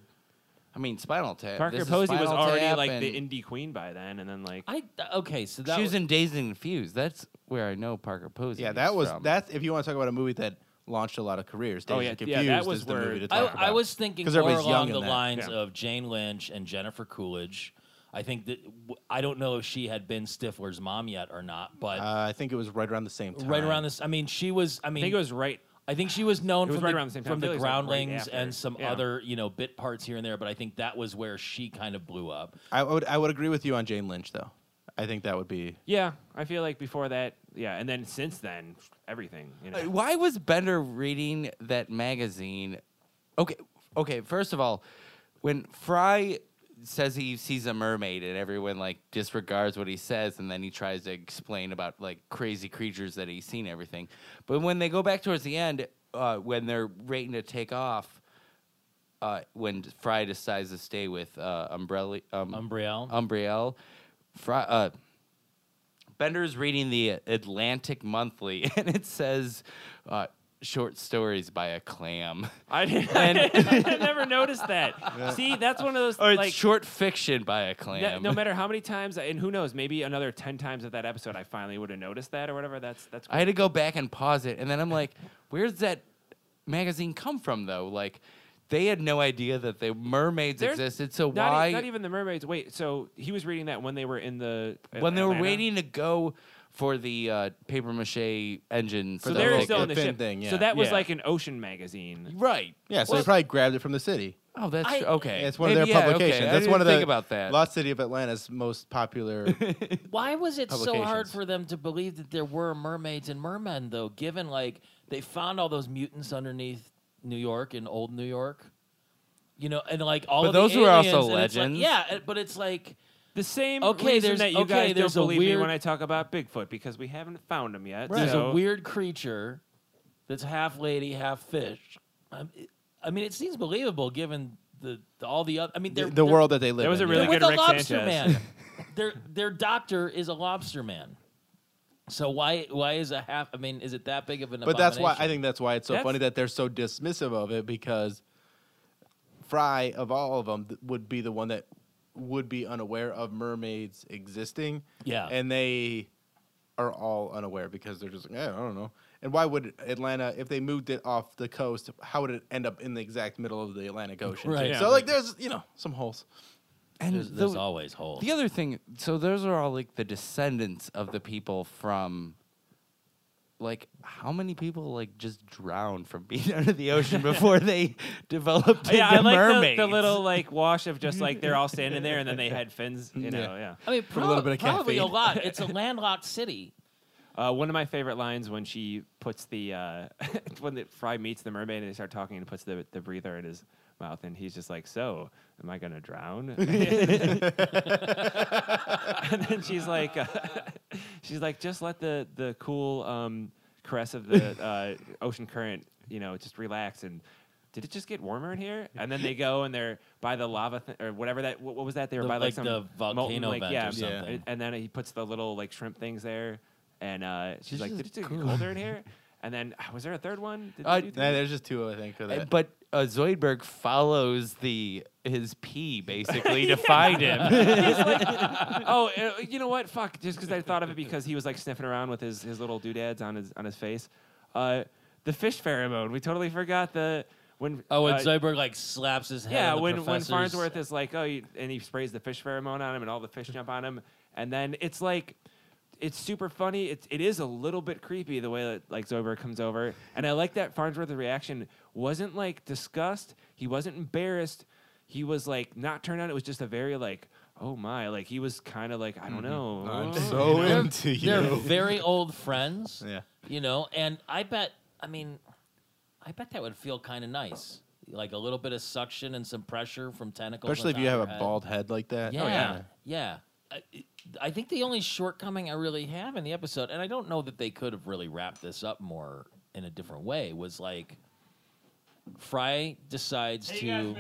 G: I mean, Spinal Tap.
D: Parker
G: this is
D: Posey was
G: Spinal
D: already
G: Tap
D: like the
G: and
D: indie queen by then, and then like
F: I okay. So that
G: She
F: was,
G: was in Dazed and Confused. That's where I know Parker Posey.
E: Yeah, that
G: is
E: was
G: from.
E: that's if you want to talk about a movie that launched a lot of careers. Days
D: yeah,
E: and
D: yeah,
E: Confused
D: that was
E: is the
D: where-
E: movie to
F: I,
E: talk about.
F: I was thinking
E: 'Cause
F: more
E: everybody's young
F: along
E: in
F: the
E: that.
F: lines
D: Yeah.
F: of Jane Lynch and Jennifer Coolidge. I think that w- I don't know if she had been Stifler's mom yet or not, but
E: Uh, I think it was right around the same time.
F: right around this, I mean, she was. I
D: I
F: mean,
D: think it was right.
F: she was known
D: It was
F: from
D: right
F: the,
D: around the same time.
F: from
D: I
F: the
D: feel like it was like right
F: Groundlings
D: after.
F: and some
D: Yeah.
F: other you know bit parts here and there, but I think that was where she kind of blew up.
E: I would I would agree with you on Jane Lynch though. I think that would be
D: Yeah, I feel like before that, yeah, and then since then, everything. You know,
G: Uh, Why was Bender reading that magazine? Okay, okay. First of all, when Fry says he sees a mermaid and everyone like disregards what he says and then he tries to explain about like crazy creatures that he's seen and everything but when they go back towards the end uh, when they're waiting to take off uh, when fry decides to stay with uh, umbrella um,
F: Umbriel.
G: Umbriel. Fri uh, Bender's reading the Atlantic Monthly, and it says uh, short stories by a clam.
D: I, didn't, I never noticed that. See, that's one of those
G: Or it's
D: like
G: short fiction by a
D: that-
G: clam.
D: no matter how many times, and who knows, maybe another ten times of that episode, I finally would have noticed that or whatever. That's that's.
G: I had to go back and pause it, and then I'm like, "Where's that magazine come from, though?" Like, they had no idea that the mermaids
D: There's
G: existed. So
D: not, e-
G: why,
D: not even the mermaids. Wait, so he was reading that when they were in the uh,
G: when they were
D: Atlanta?
G: waiting to go for the uh, paper mache engine,
D: So
G: stuff,
D: they're
G: like-
D: still
E: the
D: in the
E: fin
D: ship.
E: thing, yeah.
D: So that was
G: Yeah.
D: like an ocean magazine.
G: right.
E: yeah. So
G: Well,
E: they probably grabbed it from the city.
G: Oh, that's
F: I-
G: okay.
E: It's one of
G: Maybe,
E: their
G: yeah, okay.
E: publications.
G: I
E: That's one
G: didn't
E: of the
G: think about that.
E: Lost City of Atlanta's most popular.
F: Why was it so hard
E: Publications.
F: for them to believe that there were mermaids and mermen, though? Given like they found all those mutants underneath New York in old New York, you know, and like all
G: But
F: of
G: those
F: the
G: were also
F: aliens, and it's like-
G: legends.
F: yeah, it- but it's like
D: The same
F: Okay,
D: reason
F: there's-
D: that you
F: okay,
D: guys don't
F: there's a
D: believe me
F: weird-
D: when I talk about Bigfoot because we haven't found him yet.
F: there's
D: so-
F: a weird creature that's half lady, half fish. I, I mean, it seems believable given the, the all the other. I mean,
E: the
F: they're,
E: the
F: they're-
E: world that they live
D: That was
E: in.
D: a really
E: yeah.
F: They're
D: good
F: with
D: Rick
F: a lobster
D: Sanchez.
F: man. their their doctor is a lobster man. So why why is a half? I mean, is it that big of an?
E: But that's why I
F: abomination?
E: think that's why it's so
D: That's-
E: funny that they're so dismissive of it because Fry of all of them would be the one that would be unaware of mermaids existing.
F: Yeah.
E: and they are all unaware because they're just like, eh, I don't know. And why would Atlanta, if they moved it off the coast, how would it end up in the exact middle of the Atlantic Ocean?
F: Right.
E: So
D: Yeah.
E: like, there's you know some holes.
G: and
F: There's, there's
G: the,
F: always holes.
G: the other thing, so those are all like the descendants of the people from. Like how many people like just drowned from being under the ocean before they developed
D: yeah, I
G: into
D: like
G: mermaids?
D: The, the little like wash of just like they're all standing there and then they had fins. You know, yeah.
F: I mean,
E: a little bit of
F: probably a
E: caffeine.
F: lot. It's a landlocked city.
D: Uh, one of my favorite lines when she puts the uh, when the Fry meets the mermaid and they start talking and puts the the breather in his mouth and he's just like, "So, am I gonna drown?" and then she's like, uh, "She's like, just let the the cool um, caress of the uh, ocean current, you know, just relax and." Did it just get warmer in here? And then they go and they're by the lava th- or whatever that. What, what was that? They were
F: The-
D: by like, some
F: like the
D: molten,
F: volcano
D: like,
F: vent or
D: yeah,
F: something.
D: it- and then he puts the little like shrimp things there, and uh,
G: This
D: she's like,
G: is
D: "Did it get
G: cool."
D: colder in here?" And then ah, was there a third one? Did they
G: Uh,
D: do
E: Nah,
D: th-
E: there's just two, I think. For
G: Uh,
E: that.
G: But uh, Zoidberg follows the his pee basically to find him.
D: oh, uh, you know what? Fuck! Just because I thought of it because he was like sniffing around with his, his little doodads on his on his face. Uh, the fish pheromone. We totally forgot the when.
F: Oh, and
D: uh,
F: Zoidberg like slaps his head.
D: yeah,
F: on the
D: when when
F: professor's-
D: Farnsworth is like, oh, you, and he sprays the fish pheromone on him, and all the fish jump on him, and then it's like, it's super funny. It's it is a little bit creepy the way that like Zoidberg comes over, and I like that Farnsworth's reaction wasn't like disgust. He wasn't embarrassed. He was like not turned on. It was just a very like, oh my, like he was kind of like I don't know.
E: I'm
D: oh,
E: so
F: They're-
E: into
F: They're
E: you.
F: very old friends.
E: Yeah.
F: You know, and I bet. I mean, I bet that would feel kind of nice, like a little bit of suction and some pressure from tentacles. on
E: Especially if
F: top
E: you have
F: of
E: a
F: your head.
E: bald head like that. Oh,
F: Yeah, yeah. I, I think the only shortcoming I really have in the episode, and I don't know that they could have really wrapped this up more in a different way, was like Fry decides to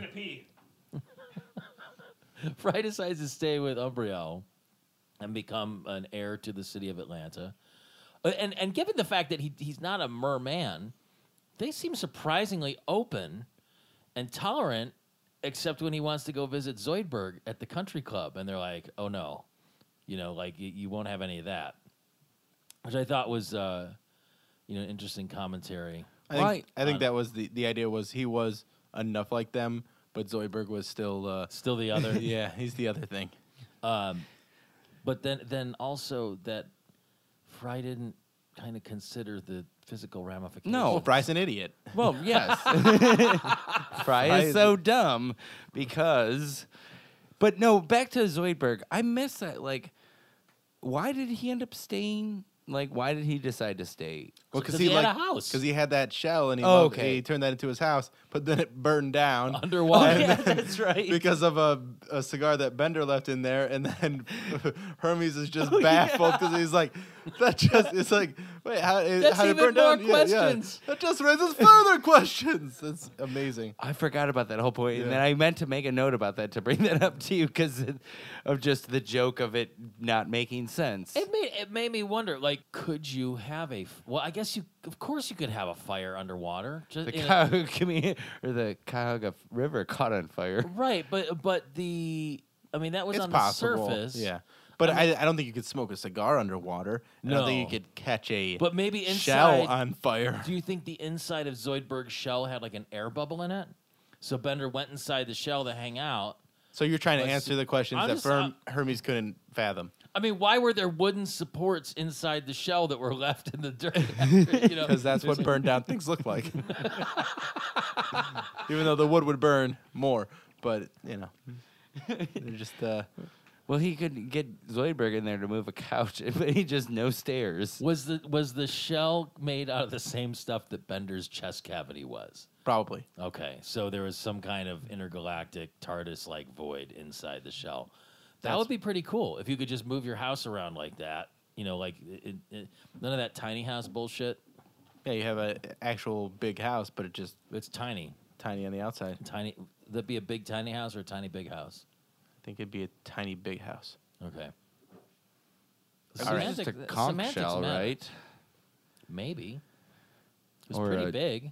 F: Fry decides to stay with Umbriel and become an heir to the city of Atlanta. Uh, And and given the fact that he he's not a merman, they seem surprisingly open and tolerant, except when he wants to go visit Zoidberg at the country club, and they're like, "Oh no, you know, like you, you won't have any of that," which I thought was, uh, you know, interesting commentary.
E: I think,
G: Right.
E: I think that was the, the idea was he was enough like them, but Zoidberg was still uh,
F: Still the other,
E: yeah, he's the other thing.
F: But then, then also that Fry didn't kind of consider the physical ramifications.
G: No.
E: Well, Fry's an idiot.
G: well, yes. Fry
E: Fry
G: is
E: is-
G: so dumb because. But no, back to Zoidberg. I miss that. Like, why did he end up staying? Like, why did he decide to stay?
E: Well,
F: 'Cause he had a house.
E: because he had that shell and he,
G: Oh,
E: loved-
G: okay.
E: he turned that into his house, but then it burned down
F: underwater.
G: that's right.
E: because of a, a cigar that Bender left in there, and then Hermes is
F: Oh,
E: just baffled because he's like, that just it's like wait how it,
F: That's
E: how did it
F: even
E: burn
F: more
E: down? Yeah, yeah.
F: questions.
E: That just raises further questions. That's amazing.
G: I forgot about that whole point, and
E: Yeah.
G: then I meant to make a note about that to bring that up to you because of just the joke of it not making sense.
F: It made it made me wonder. Like, could you have a? f- Well, I guess you. Of course, you could have a fire underwater. Just
G: the
F: in a-
G: Cuyahoga community, or the Cuyahoga River caught on fire.
F: right, but but the. I mean, that was
E: it's
F: on
E: possible.
F: the surface.
E: Yeah. But I, I, don't think you could smoke a cigar underwater. I don't think
F: No.
E: you could catch a
F: But maybe
E: shell
F: inside-
E: on fire.
F: Do you think the inside of Zoidberg's shell had like an air bubble in it? So Bender went inside the shell to hang out.
E: So you're trying to
F: Let's- uh,
E: answer the questions
F: I'm
E: that
F: just-
E: Ferm- Hermes couldn't fathom.
F: I mean, why were there wooden supports inside the shell that were left in the dirt? after, you know,
E: because that's what burned down things look like. Even though the wood would burn more, but you know, they're just uh,
G: Well, he could get Zoidberg in there to move a couch, but he just no stairs.
F: was the was the shell made out of the same stuff that Bender's chest cavity was?
E: probably.
F: Okay, so there was some kind of intergalactic TARDIS-like void inside the shell. That
E: That's-
F: would be pretty cool if you could just move your house around like that. You know, like it, it, it- none of that tiny house bullshit.
E: Yeah, you have an actual big house, but it's just
F: It's tiny,
E: tiny on the outside. I
F: tiny. That'd be a big tiny house or a tiny big house.
E: think it'd be a tiny big house.
F: Okay.
G: It's just a conch shell,
F: matter.
G: right?
F: Maybe. It was
G: Or
F: pretty
G: a-
F: big.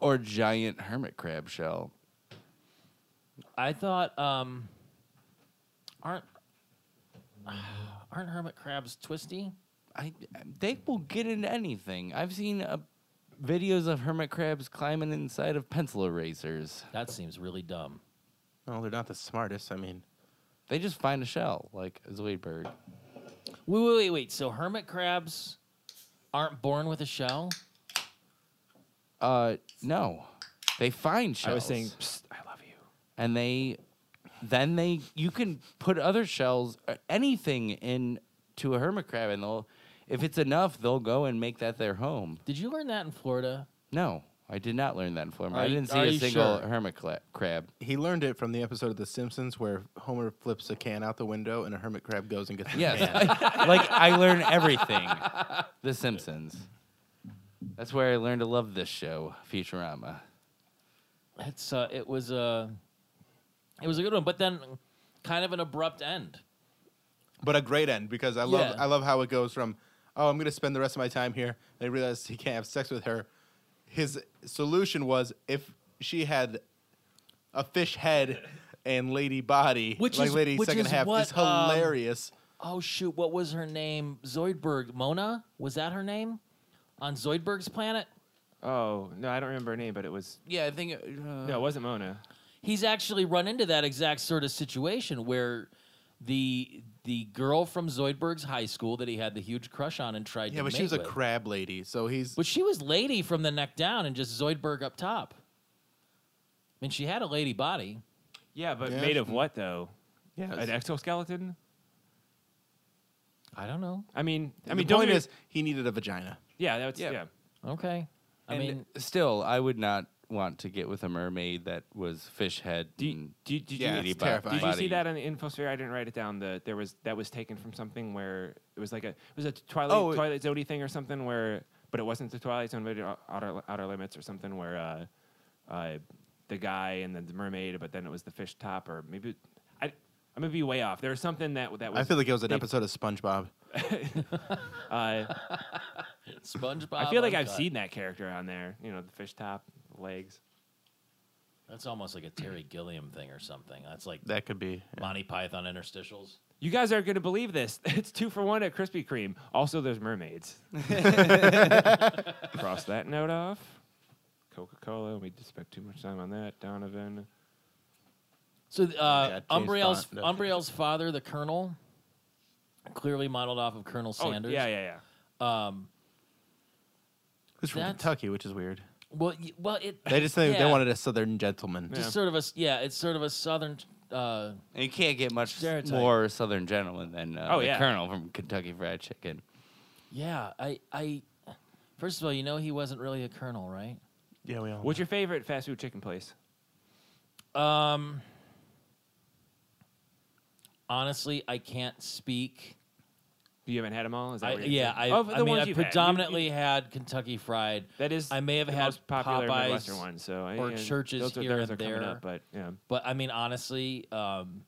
G: Or giant hermit crab shell.
F: I thought um aren't aren't hermit crabs twisty?
G: I they will get into anything. I've seen uh, videos of hermit crabs climbing inside of pencil erasers.
F: That seems really dumb.
E: No, they're not the smartest. I mean,
G: They just find a shell like a Zoidberg.
F: Wait, wait, wait, wait. So hermit crabs aren't born with a shell?
G: Uh, no, they find shells.
D: I was saying, Psst, I love you.
G: and they then they you can put other shells uh, anything in to a hermit crab and they'll if it's enough they'll go and make that their home
F: Did you learn that in Florida?
G: no i did not learn that in florida
F: Are
G: i
F: you-
G: didn't see
F: are
G: a
F: you
G: single
F: sure?
G: hermit cla- crab
E: he learned it from the episode of The Simpsons where Homer flips a can out the window and a hermit crab goes and gets the
G: yes
E: can.
G: I- like i learned everything the simpsons that's where i learned to love this show futurama
F: It's uh it was a it was a good one, but then kind of an abrupt end.
E: but a great end because I love
F: Yeah.
E: I love how it goes from oh I'm gonna spend the rest of my time here. They realize he can't have sex with her. His solution was if she had a fish head and lady body,
F: Which
E: like
F: is-
E: lady
F: which
E: second
F: is
E: half
F: what, um,
E: is hilarious.
F: Oh shoot, what was her name? Zoidberg Mona? Was that her name? On Zoidberg's planet?
D: Oh no, I don't remember her name, but it was
G: yeah i think
D: no, it wasn't Mona.
F: he's actually run into that exact sort of situation where the the girl from Zoidberg's high school that he had the huge crush on and tried
E: yeah,
F: to
E: but she
F: mate
E: was a
F: with.
E: crab lady, so he's
F: But she was lady from the neck down and just Zoidberg up top. I mean, she had a lady body.
D: Yeah, but
E: Yeah.
D: made of what though?
E: yeah.
D: An exoskeleton?
F: I don't know.
D: I mean, I mean,
E: the
D: don't
E: point
D: you-
E: is he needed a vagina.
D: yeah, that's
G: Yeah.
D: yeah.
F: Okay. I
G: and
F: mean,
G: still i would not want to get with a mermaid that was fish head
D: Do you,
G: and
D: do you, did
E: Yeah,
D: you
E: it's
G: lady bo-
E: terrifying.
D: Did you
G: body.
D: see that on the infosphere? I didn't write it down. The there was that was taken from something where it was like a it was a Twilight
E: Oh, it-
D: Twilight Zone thing or something where, but it wasn't the Twilight Zone, but it- Outer Outer Limits or something where, uh, uh, the guy and then the mermaid, but then it was the fish top or maybe I I may be way off. There was something that that was.
E: I feel like it was an
D: they-
E: episode of SpongeBob.
D: Uh,
F: SpongeBob.
D: I feel like I've
F: uncut.
D: seen that character on there. You know, the fish top, the legs.
F: That's almost like a Terry Gilliam thing or something. That's like
E: That could be.
F: Monty Python interstitials.
D: You guys aren't going to believe this. It's two for one at Krispy Kreme. Also, there's mermaids. Cross that note off. Coca Cola. We just spent too much time on that. Donovan.
F: So th- uh,
E: Yeah, James
F: Umbriel's
E: Bond, no.
F: Umbriel's father, the Colonel, clearly modeled off of Colonel Sanders.
D: Oh, yeah, yeah, yeah.
E: It's from
F: That's-
E: Kentucky, which is weird.
F: Well, y- well, it.
E: They just think
F: yeah,
E: they wanted a Southern gentleman.
F: just sort of a s- yeah. It's sort of a southern. Uh,
G: And you can't get much
F: Stereotype.
G: more Southern gentleman than uh,
D: Oh,
G: the
D: yeah.
G: Colonel from Kentucky Fried Chicken.
F: yeah, I, I. First of all, you know he wasn't really a colonel, right?
E: Yeah, we all.
D: What's your favorite fast food chicken place?
F: Um. Honestly, I can't speak.
D: You haven't had them all? Is that
F: I,
D: what you're
F: yeah,
D: saying?
F: I,
D: Of the
F: I mean,
D: ones you've had,
F: I
D: you- you-
F: predominantly had, Kentucky Fried.
D: that is.
F: I may have
D: the
F: had
D: most popular
F: Popeyes
D: Midwestern one. So I-
F: or
D: and
F: churches
D: those are,
F: here
D: those
F: and
D: are coming
F: there.
D: Up, but yeah.
F: But I mean, honestly, um,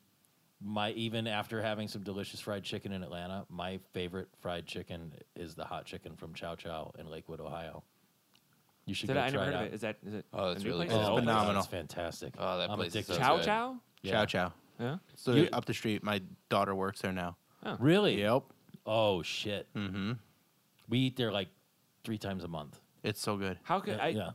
F: my even after having some delicious fried chicken in Atlanta, my favorite fried chicken is the hot chicken from Chow Chow in Lakewood, Ohio. You should
D: Did
F: go
D: I, I never
F: try
D: heard
F: it out.
D: of it. Is that? Is it
G: Oh,
D: a
G: it's
D: new
G: really
D: place? Is
E: good.
D: it open?
E: Phenomenal.
F: It's fantastic.
G: Oh, that
F: I'm
G: place is
F: addicted
G: so
F: to
D: Chow
F: it.
G: good.
D: Chow?
F: Yeah.
E: Chow Chow.
D: Yeah.
E: So
F: You-
E: up the street, my daughter works there now.
F: Really?
E: Yep,
F: Oh shit. Mm-hmm. We eat there like three times a month.
E: it's so good.
D: How could
F: Yeah,
D: I,
F: yeah.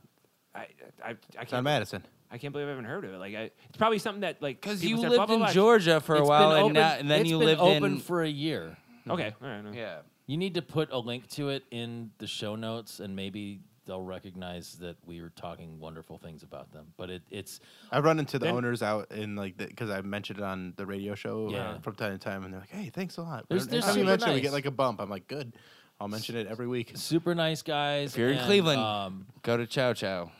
D: I? I I I
E: It's on
D: can't.
E: Madison.
D: I can't believe I haven't heard of it. Like, I, it's probably something that like
G: Because you
D: people said,
G: lived
D: blah, blah,
G: in
D: blah.
G: Georgia for a
F: It's been
G: while, and,
F: open-
G: now- and then
F: it's
G: you
F: been
G: lived
F: open
G: in
F: for a year.
D: Okay. All right.
G: Yeah.
F: You need to put a link to it in the show notes, and maybe they'll recognize that we are talking wonderful things about them. But it, it's
E: I run into the
D: Then-
E: owners out in like because I mentioned it on the radio show
F: Yeah.
E: uh, from time to time, and they're like, "Hey, thanks a lot."
F: They're-
E: Every
F: they're
E: time you
F: super
E: mention it, we
F: nice.
E: get like a bump. I'm like, "Good, I'll mention it every week."
F: super nice guys.
G: If you're in
F: and,
G: Cleveland,
F: um,
G: go to Chow Chow.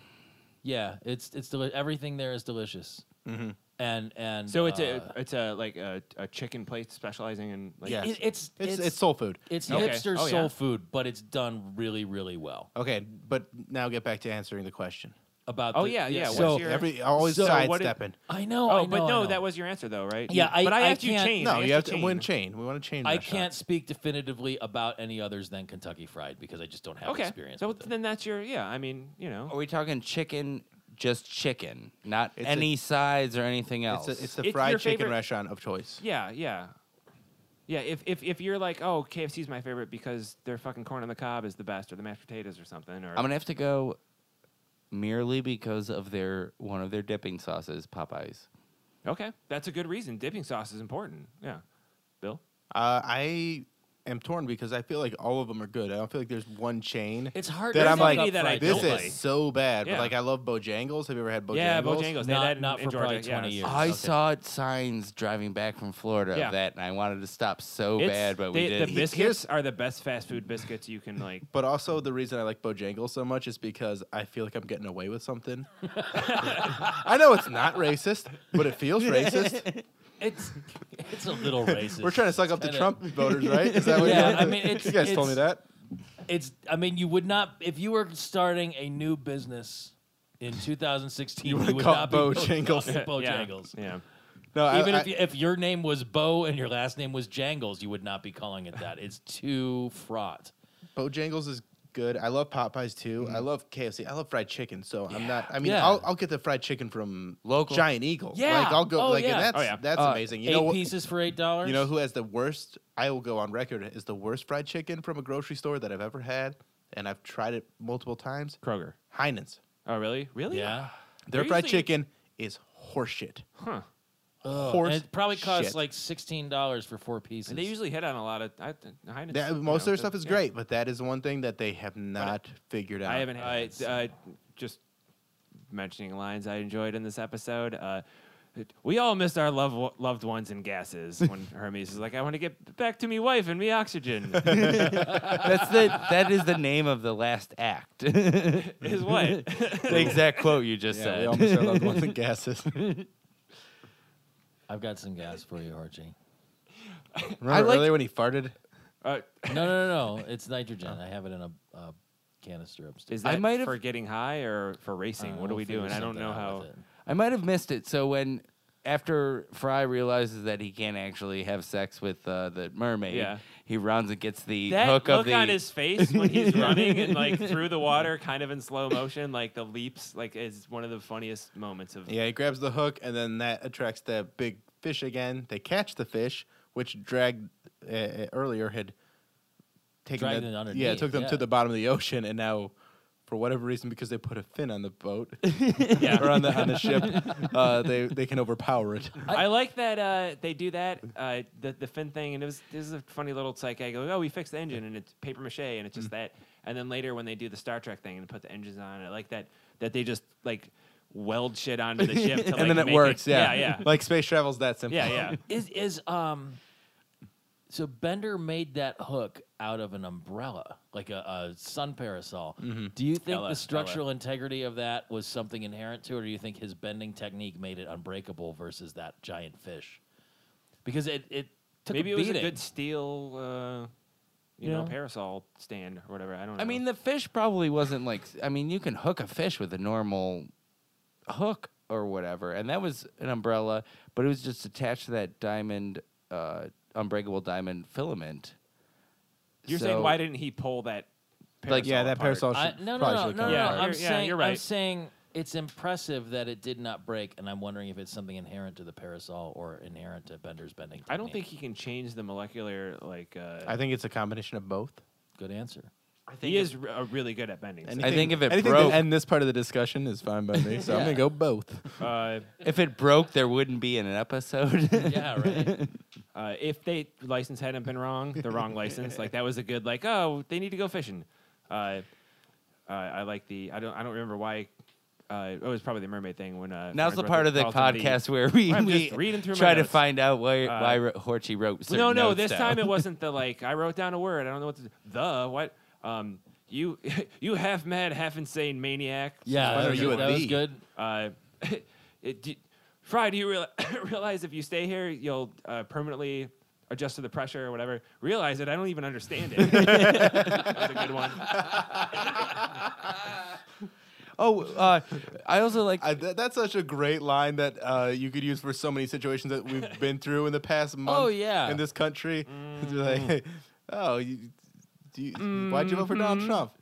F: yeah, it's it's deli- everything there is delicious.
E: Mm-hmm.
F: And and
D: So it's
F: uh,
D: a it's a like a, a chicken place specializing in like
E: Yeah.
F: it- it's
E: It's it's, soul food.
F: It's
D: Okay.
F: hipster
D: Oh,
F: soul
D: yeah.
F: food, but it's done really, really well.
E: Okay, but now get back to answering the question.
F: About
D: Oh
F: the-
D: yeah yeah.
F: So
D: what's your-
E: Every I always
D: So what it-
E: sidestepping.
F: I know.
D: oh,
F: I
D: but
F: know, I
D: no,
F: know.
D: that was your answer though, right?
F: Yeah, I-
D: but I,
F: I
D: asked you
F: can't-
D: change.
E: No,
D: I
E: you have
D: asked
E: to
D: change.
E: win chain. We want to chain.
F: I
E: that shot.
F: can't speak definitively about any others than Kentucky Fried because I just don't have
D: Okay.
F: experience.
D: so
F: with it.
D: then that's your yeah. I mean you know
G: Are we talking chicken? Just chicken, not
E: It's a-
G: any sides or anything else.
E: It's, a, it's the
D: It's your
E: fried chicken
D: favorite-
E: restaurant of choice.
D: yeah yeah. Yeah, if, if, if you're like, oh, KFC's my favorite because their fucking corn on the cob is the best, or the mashed potatoes, or something, or
G: I'm gonna have to go merely because of their one of their dipping sauces, Popeyes.
D: Okay, that's a good reason. Dipping sauce is important. Yeah, Bill.
E: Uh, I am torn because I feel like all of them are good. I don't feel like there's one chain
F: it's hard.
E: that
F: to
E: I'm
F: pick
E: like,
F: up
D: that I
F: fried
D: don't
E: this is
F: chicken.
D: like.
E: so bad.
D: Yeah.
E: But like, I love Bojangles. Have you ever had Bojangles?
D: Yeah, Bojangles. They
F: Not-
D: had in-
F: not for
D: in Georgia,
F: probably 20
D: yes.
F: years.
G: I
F: Okay.
G: saw signs driving back from Florida
D: Yeah.
G: of that, and I wanted to stop so
D: It's-
G: bad, but
D: they-
G: we didn't.
D: The
E: Here's-
D: biscuits are the best fast food biscuits you can like.
E: But also the reason I like Bojangles so much is because I feel like I'm getting away with something. I know it's not racist, but it feels racist.
F: It's it's a little racist.
E: We're trying to suck up the
F: Kinda-
E: Trump voters, right? Is that what
F: Yeah,
E: you
F: I mean, it's-
E: you guys told me
F: it's-
E: that.
F: It's. I mean, you would not if you were starting a new business in 2016. You,
E: would've
F: would
E: called
F: not be
E: Bojangles.
F: known as
D: Yeah,
F: Bojangles.
D: Yeah.
E: No, I-
F: Even
E: I,
F: if, you, if your name was Bo and your last name was Jangles, you would not be calling it that. It's too fraught.
E: Bojangles is good. I love Popeyes too. I love KFC. I love fried chicken. So I'm not. I mean,
F: Yeah.
E: I'll, I'll get the fried chicken from
G: Local.
E: Giant Eagle.
F: Yeah.
E: like I'll go.
F: Oh,
E: like
F: yeah.
E: and that's
D: Oh, yeah.
E: that's
G: Uh,
E: amazing. You
F: Eight
E: know what?
F: pieces for eight dollars.
E: You know who has the worst? I will go on record is the worst fried chicken from a grocery store that I've ever had, and I've tried it multiple times.
D: Kroger.
E: Heinen's.
D: Oh really? Really?
F: Yeah.
D: They're
E: Their fried
D: usually-
E: chicken is horseshit.
D: Huh.
E: Horse.
F: And it probably costs
E: shit.
F: like sixteen dollars for four pieces.
D: And they usually hit on a lot of. I, Heinen's,
E: That-
D: you
E: most of
D: know,
E: their
D: the-
E: stuff is
D: yeah.
E: great, but that is one thing that they have not figured out.
D: I haven't. I, I just mentioning lines I enjoyed in this episode. Uh, it- we all missed our love, loved ones in gases when Hermes is like, I want to get back to me wife and me oxygen.
G: That's the that is the name of the last act. the
D: is what?
G: exact quote you just
E: Yeah,
G: said.
E: we almost had loved ones and gases.
F: I've got some gas for you, Archie.
E: Remember
G: like-
E: earlier when he farted?
D: Uh,
F: No, no, no, no. It's nitrogen. I have it in a, a canister upstairs.
D: is
G: I
D: that
G: might have-
D: for getting high or for racing?
F: Uh,
D: what are
F: we'll
D: we
F: figure
D: doing? I don't
F: something
D: know
F: out
D: how.
F: with it.
G: I might have missed it. So when after Fry realizes that he can't actually have sex with uh, the mermaid,
D: Yeah.
G: he runs and gets the
D: that
G: hook
D: look
G: of the.
D: on his face when he's running and like through the water, kind of in slow motion, like the leaps, like is one of the funniest moments of.
E: Yeah, he grabs the hook, and then that attracts the big fish again. They catch the fish, which dragged uh, uh, earlier had taken
F: Dragged
E: the-
F: it underneath,
E: yeah, took them
F: yeah.
E: to the bottom of the ocean, and now. For whatever reason, because they put a fin on the boat
D: Yeah.
E: or on the on the ship, uh, they they can overpower it.
D: I, like that uh, they do that uh, the the fin thing, and it was this is a funny little psych. I go, oh, we fixed the engine, and it's paper mache, and it's just that. And then later when they do the Star Trek thing and put the engines on, I like that that they just like weld shit onto the ship, to,
E: and
D: like,
E: then it
D: make
E: works. yeah,
D: yeah, yeah,
E: Like space travel's that simple.
D: yeah, yeah.
F: Is is um. So Bender made that hook out of an umbrella, like a, a sun parasol. Do you think
D: Ella,
F: the structural integrity of that was something inherent to it, or do you think his bending technique made it unbreakable versus that giant fish? Because it it took
D: Maybe
F: a
D: it was a
F: beating.
D: good steel, uh, you know,
F: Yeah.
D: parasol stand or whatever. I don't. know.
G: I mean, the fish probably wasn't like. I mean, you can hook a fish with a normal hook or whatever, and that was an umbrella, but it was just attached to that diamond, uh, unbreakable diamond filament.
D: you're saying
G: So-
D: why didn't he pull that? Parasol
G: Like,
E: yeah, that
D: apart?
E: parasol should
F: I, no, no,
E: probably
F: no, no,
E: should
F: no,
E: come
F: no.
D: Yeah,
E: apart.
F: I'm
D: you're- yeah,
F: saying,
D: you're
F: I'm
D: right.
F: saying it's impressive that it did not break, and I'm wondering if it's something inherent to the parasol or inherent to Bender's bending.
D: I don't
F: technique.
D: think he can change the molecular like. Uh,
E: I think it's a combination of both.
F: Good answer.
D: He is r- uh, really good at bending.
E: Anything,
D: so-
G: think if it
E: anything
G: broke-
E: to end this part of the discussion is fine by me. So I'm
G: Yeah.
E: gonna go both.
D: Uh,
G: If it broke, there wouldn't be an episode.
F: Yeah, right.
D: uh, if they license hadn't been wrong, the wrong license, like that was a good like. Oh, they need to go fishing. Uh, uh, I like the. I don't. I don't remember why. Uh, it was probably the mermaid thing when. Uh,
G: Now's
D: Frank
G: the
D: wrote
G: part of the
D: Carlton V.
G: podcast where we,
D: I'm
G: we
D: just reading through my
G: try to
D: notes.
G: find out why
D: Uh,
G: why why Horchy wrote. certain
D: no, no.
G: notes
D: This
G: down.
D: time it wasn't the like. I wrote down a word. I don't know what to, the what. Um, you you half mad, half insane maniac.
F: Yeah,
E: Why
F: that
E: are
F: was,
E: you a
F: that was
E: bee?
F: good.
D: Uh, it, do, Fry, do you real, realize if you stay here, you'll uh, permanently adjust to the pressure or whatever? Realize it. I don't even understand it. That's a good one. Uh,
G: Oh, uh, I also like.
E: I, th- that's such a great line that uh, you could use for so many situations that we've been through in the past month.
F: Oh, yeah. Mm-hmm.
E: in this country, It's like, oh, you, do you, why'd you vote for Donald
F: Mm-hmm.
E: Trump?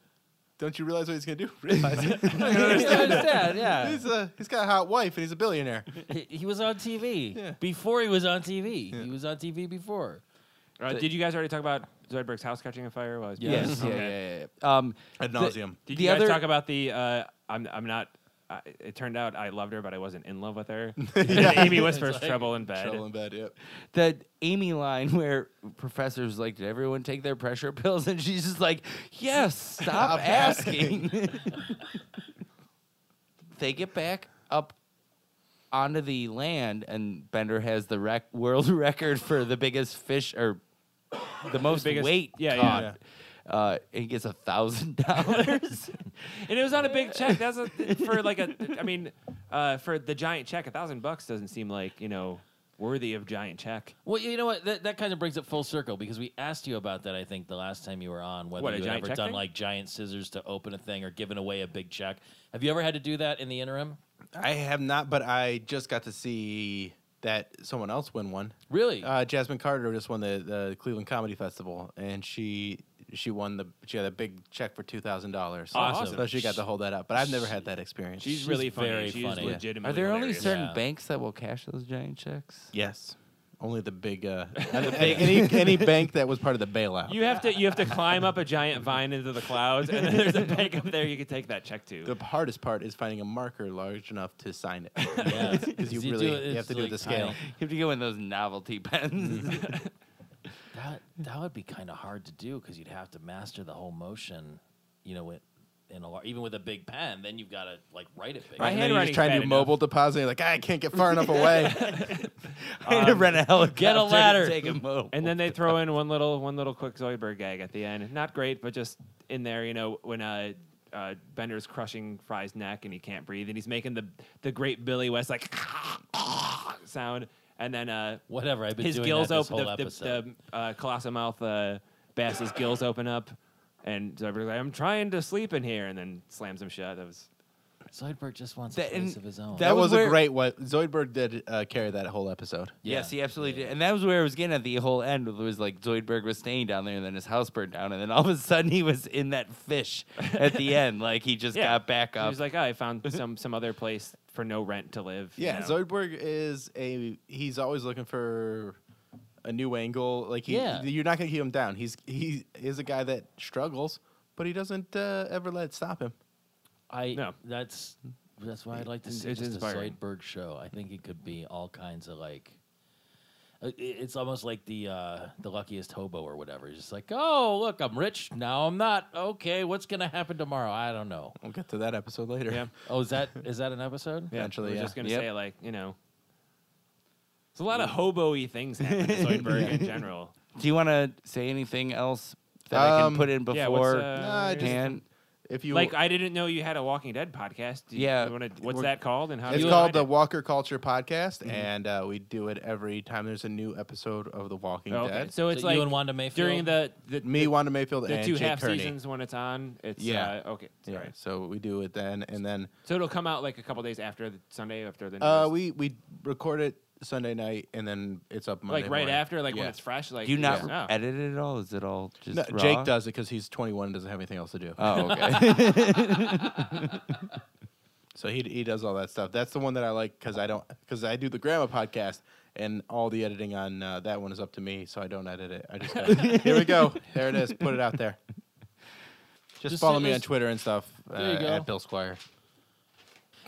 E: Don't you realize what he's gonna do? Realize it.
F: yeah.
E: he's, a, he's got a hot wife and he's a billionaire.
F: He, he was on TV
E: Yeah.
F: before he was on TV. He was on TV before.
D: Uh, did you guys already talk about Zoidberg's house catching on fire? While I was
F: Yes.
G: Yeah,
D: Okay.
G: yeah, yeah. Um,
E: Ad nauseum.
D: Did
G: The
D: you guys
G: other-
D: talk about the? Uh, I'm I'm not. I, it turned out I loved her, but I wasn't in love with her. Amy whispers trouble in bed.
E: Trouble in bed. Yep.
G: the Amy line where professors like, did everyone take their pressure pills? And she's just like, yes, stop asking. they get back up onto the land, and Bender has the rec- world record for the biggest fish or the most
D: biggest-
G: weight
D: yeah, yeah,
G: caught. Uh, and he gets a thousand dollars.
D: And it was on a big check. That's a, for like a. I mean, uh, for the giant check, a thousand bucks doesn't seem like you know worthy of giant check.
F: Well, you know what? That, that kind of brings it full circle because we asked you about that. I think the last time you were on, whether
D: What, a
F: you had
D: giant
F: ever
D: check
F: done
D: thing?
F: like giant scissors to open a thing or given away a big check. Have you ever had to do that in the interim?
E: I have not, but I just got to see that someone else win one.
F: Really?
E: Uh, Jasmine Carter just won the, the Cleveland Comedy Festival, and she she won the she had a big check for two thousand dollars.
F: Awesome.
E: So she got to hold that up. But I've never had that experience.
D: She's,
F: She's
D: really funny.
F: very
D: She's
F: funny. Yeah.
D: legitimately.
G: Are there only
D: hilarious.
G: certain
F: Yeah.
G: banks that will cash those giant checks?
E: yes, only the big uh, any any bank that was part of the bailout.
D: You have to you have to climb up a giant vine into the clouds, and then there's a bank up there you can take that check to.
E: the hardest part is finding a marker large enough to sign it
F: yeah.
E: because you
F: do
E: really
F: it-
E: you have
F: it's
E: to do
F: like
E: the scale.
F: tiny.
G: You have to go in those novelty pens.
F: That that would be kind of hard to do because you'd have to master the whole motion. You know, with, in a lar- even with a big pen, then you've got to like write it big.
D: My
E: and then you
D: handwriting's
E: just try
D: bad
E: and do
D: enough.
E: mobile deposit. You're like, "Ah, I can't get far enough away.
G: I had to rent a helicopter.
F: Get a
G: to
F: ladder.
G: Take a mobile.
D: And then they throw in one little one little quick Zoidberg gag at the end. Not great, but just in there, you know, when uh, uh, Bender's crushing Fry's neck and he can't breathe, and he's making the the great Billy West like sound, and then uh,
F: Whatever. I've been
D: his
F: doing
D: gills
F: that this
D: open,
F: whole
D: the,
F: episode.
D: the, the uh, colossal mouth uh, bass's gills open up, and Zoidberg's like, "I'm trying to sleep in here," and then slams him shut. That was
F: Zoidberg just wants
G: That-
F: a place
G: and
F: of his own.
G: that
E: That, was,
G: was
E: a
G: where-
E: great one. Zoidberg did uh, carry that whole episode.
F: Yeah.
G: Yes, he absolutely did. And that was where I was getting at the whole end. It was like Zoidberg was staying down there, and then his house burned down, and then all of a sudden he was in that fish at the end. Like he just
D: Yeah.
G: got back
D: he
G: up.
D: was like, oh, "I found some some other place for no rent to live." you
E: Yeah,
D: know?
E: Zoidberg is a he's always looking for a new angle. Like he,
F: Yeah.
E: you're not gonna keep him down. He's he is a guy that struggles, but he doesn't uh, ever let it stop him.
F: I
D: No.
F: that's that's why I'd like to
D: It's-
F: see
D: it's
F: just
D: inspiring.
F: a Zoidberg show. I think it could be all kinds of like. uh, i- It's almost like the uh, the luckiest hobo or whatever. It's just like, oh look, I'm rich now. I'm not. Okay, what's gonna happen tomorrow? I don't know.
E: We'll get to that episode later.
D: Yeah.
F: Oh, is that is that an episode?
D: Yeah,
E: Eventually,
D: I was
E: yeah.
D: just gonna
G: Yep.
D: say like you know, there's a lot of hobo-y things happening in Zoidberg in general.
G: Do you want to say anything else that I
E: Um,
G: can put in before?
D: yeah, what's, uh,
E: Nah, just-
G: Dan?
E: If you
D: Like I didn't know you had a Walking Dead podcast. Do you-
G: Yeah,
D: you wanna- what's
E: we're-
D: that called? And how do
E: it's
D: you
E: called
D: find
E: the
D: it?
E: Walker Culture Podcast,
D: Mm-hmm.
E: and uh, we do it every time there's a new episode of The Walking
D: Oh, okay.
E: Dead.
D: So it's
F: So
D: like
F: you and Wanda Mayfield
D: during the the,
E: Me, Wanda Mayfield,
D: the
E: and
D: two
E: Jake
D: half
E: Kearney.
D: seasons when it's on. It's
E: Yeah.
D: uh, okay.
E: Yeah,
D: Right.
E: so we do it then, and then
D: So it'll come out like a couple days after the Sunday after the.
E: uh,
D: news.
E: we we record it Sunday night, and then it's up Monday
D: like right
E: morning.
D: after like when
E: Yeah.
D: it's fresh. Like
G: Do you not
D: yeah. Oh.
G: edit it at all? Is it all just
E: No,
G: raw?
E: Jake does it because he's 21 and doesn't have anything else to do.
G: Oh, okay.
E: So he he does all that stuff. That's the one that I like because I don't because I do the grandma podcast and all the editing on uh, that one is up to me. So I don't edit it. I just go, here we go. There it is. Put it out there. Just,
F: Just
E: follow
F: send
E: me
F: us-
E: on Twitter and stuff
F: There you
E: uh,
F: go.
E: at Bill Squire.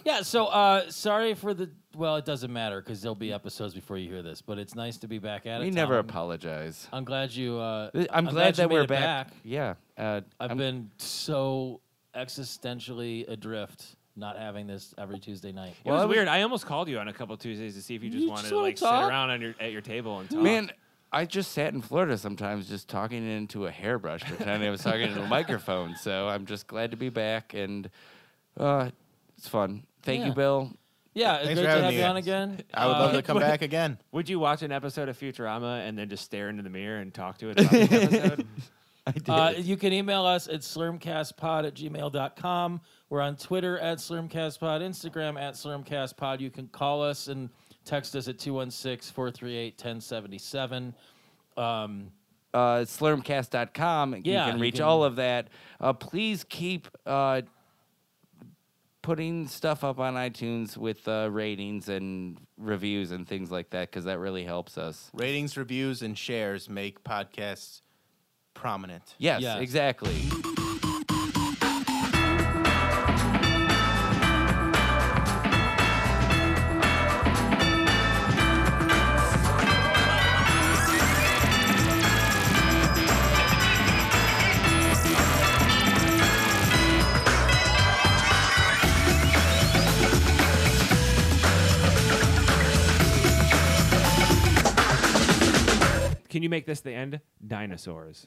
F: Yeah, so uh, sorry for the. Well, it doesn't matter because there'll be episodes before you hear this, but it's nice to be back at it.
G: We never
F: Tom.
G: apologize.
F: I'm glad you. Uh,
G: I'm, glad,
F: you
G: that
F: made
G: we're
F: it
G: back. Yeah. Uh,
F: I've
G: I'm-
F: been so existentially adrift not having this every Tuesday night.
D: It was weird. I almost called you on a couple Tuesdays to see if you just
F: You
D: wanted
F: just
D: to
F: wanna
D: like sit
F: talk?
D: around on your at your table and talk.
G: Man, I just sat in Florida sometimes just talking into a hairbrush, pretending I was talking into a microphone. So I'm just glad to be back, and uh, it's fun. Thank
F: Yeah.
G: you, Bill.
F: Yeah, it's
E: Thanks
F: great
E: for
F: to
E: having
F: have
E: me.
F: you on again.
E: I would love
F: Uh,
E: to come back again.
D: would you watch an episode of Futurama and then just stare into the mirror and talk to it? About the episode?
F: Uh, you can email us at slurmcastpod at gmail.com. We're on Twitter at slurmcastpod, Instagram at slurmcastpod. You can call us and text us at 216 438 1077.
G: Uh, slurmcast.com. and
F: Yeah,
G: you can
F: you
G: reach
F: can-
G: all of that. Uh, please keep uh, putting stuff up on iTunes with uh, ratings and reviews and things like that because that really helps us.
E: Ratings, reviews, and shares make podcasts prominent.
G: Yes,
F: Yeah.
G: exactly.
D: Can you make this the end? Dinosaurs.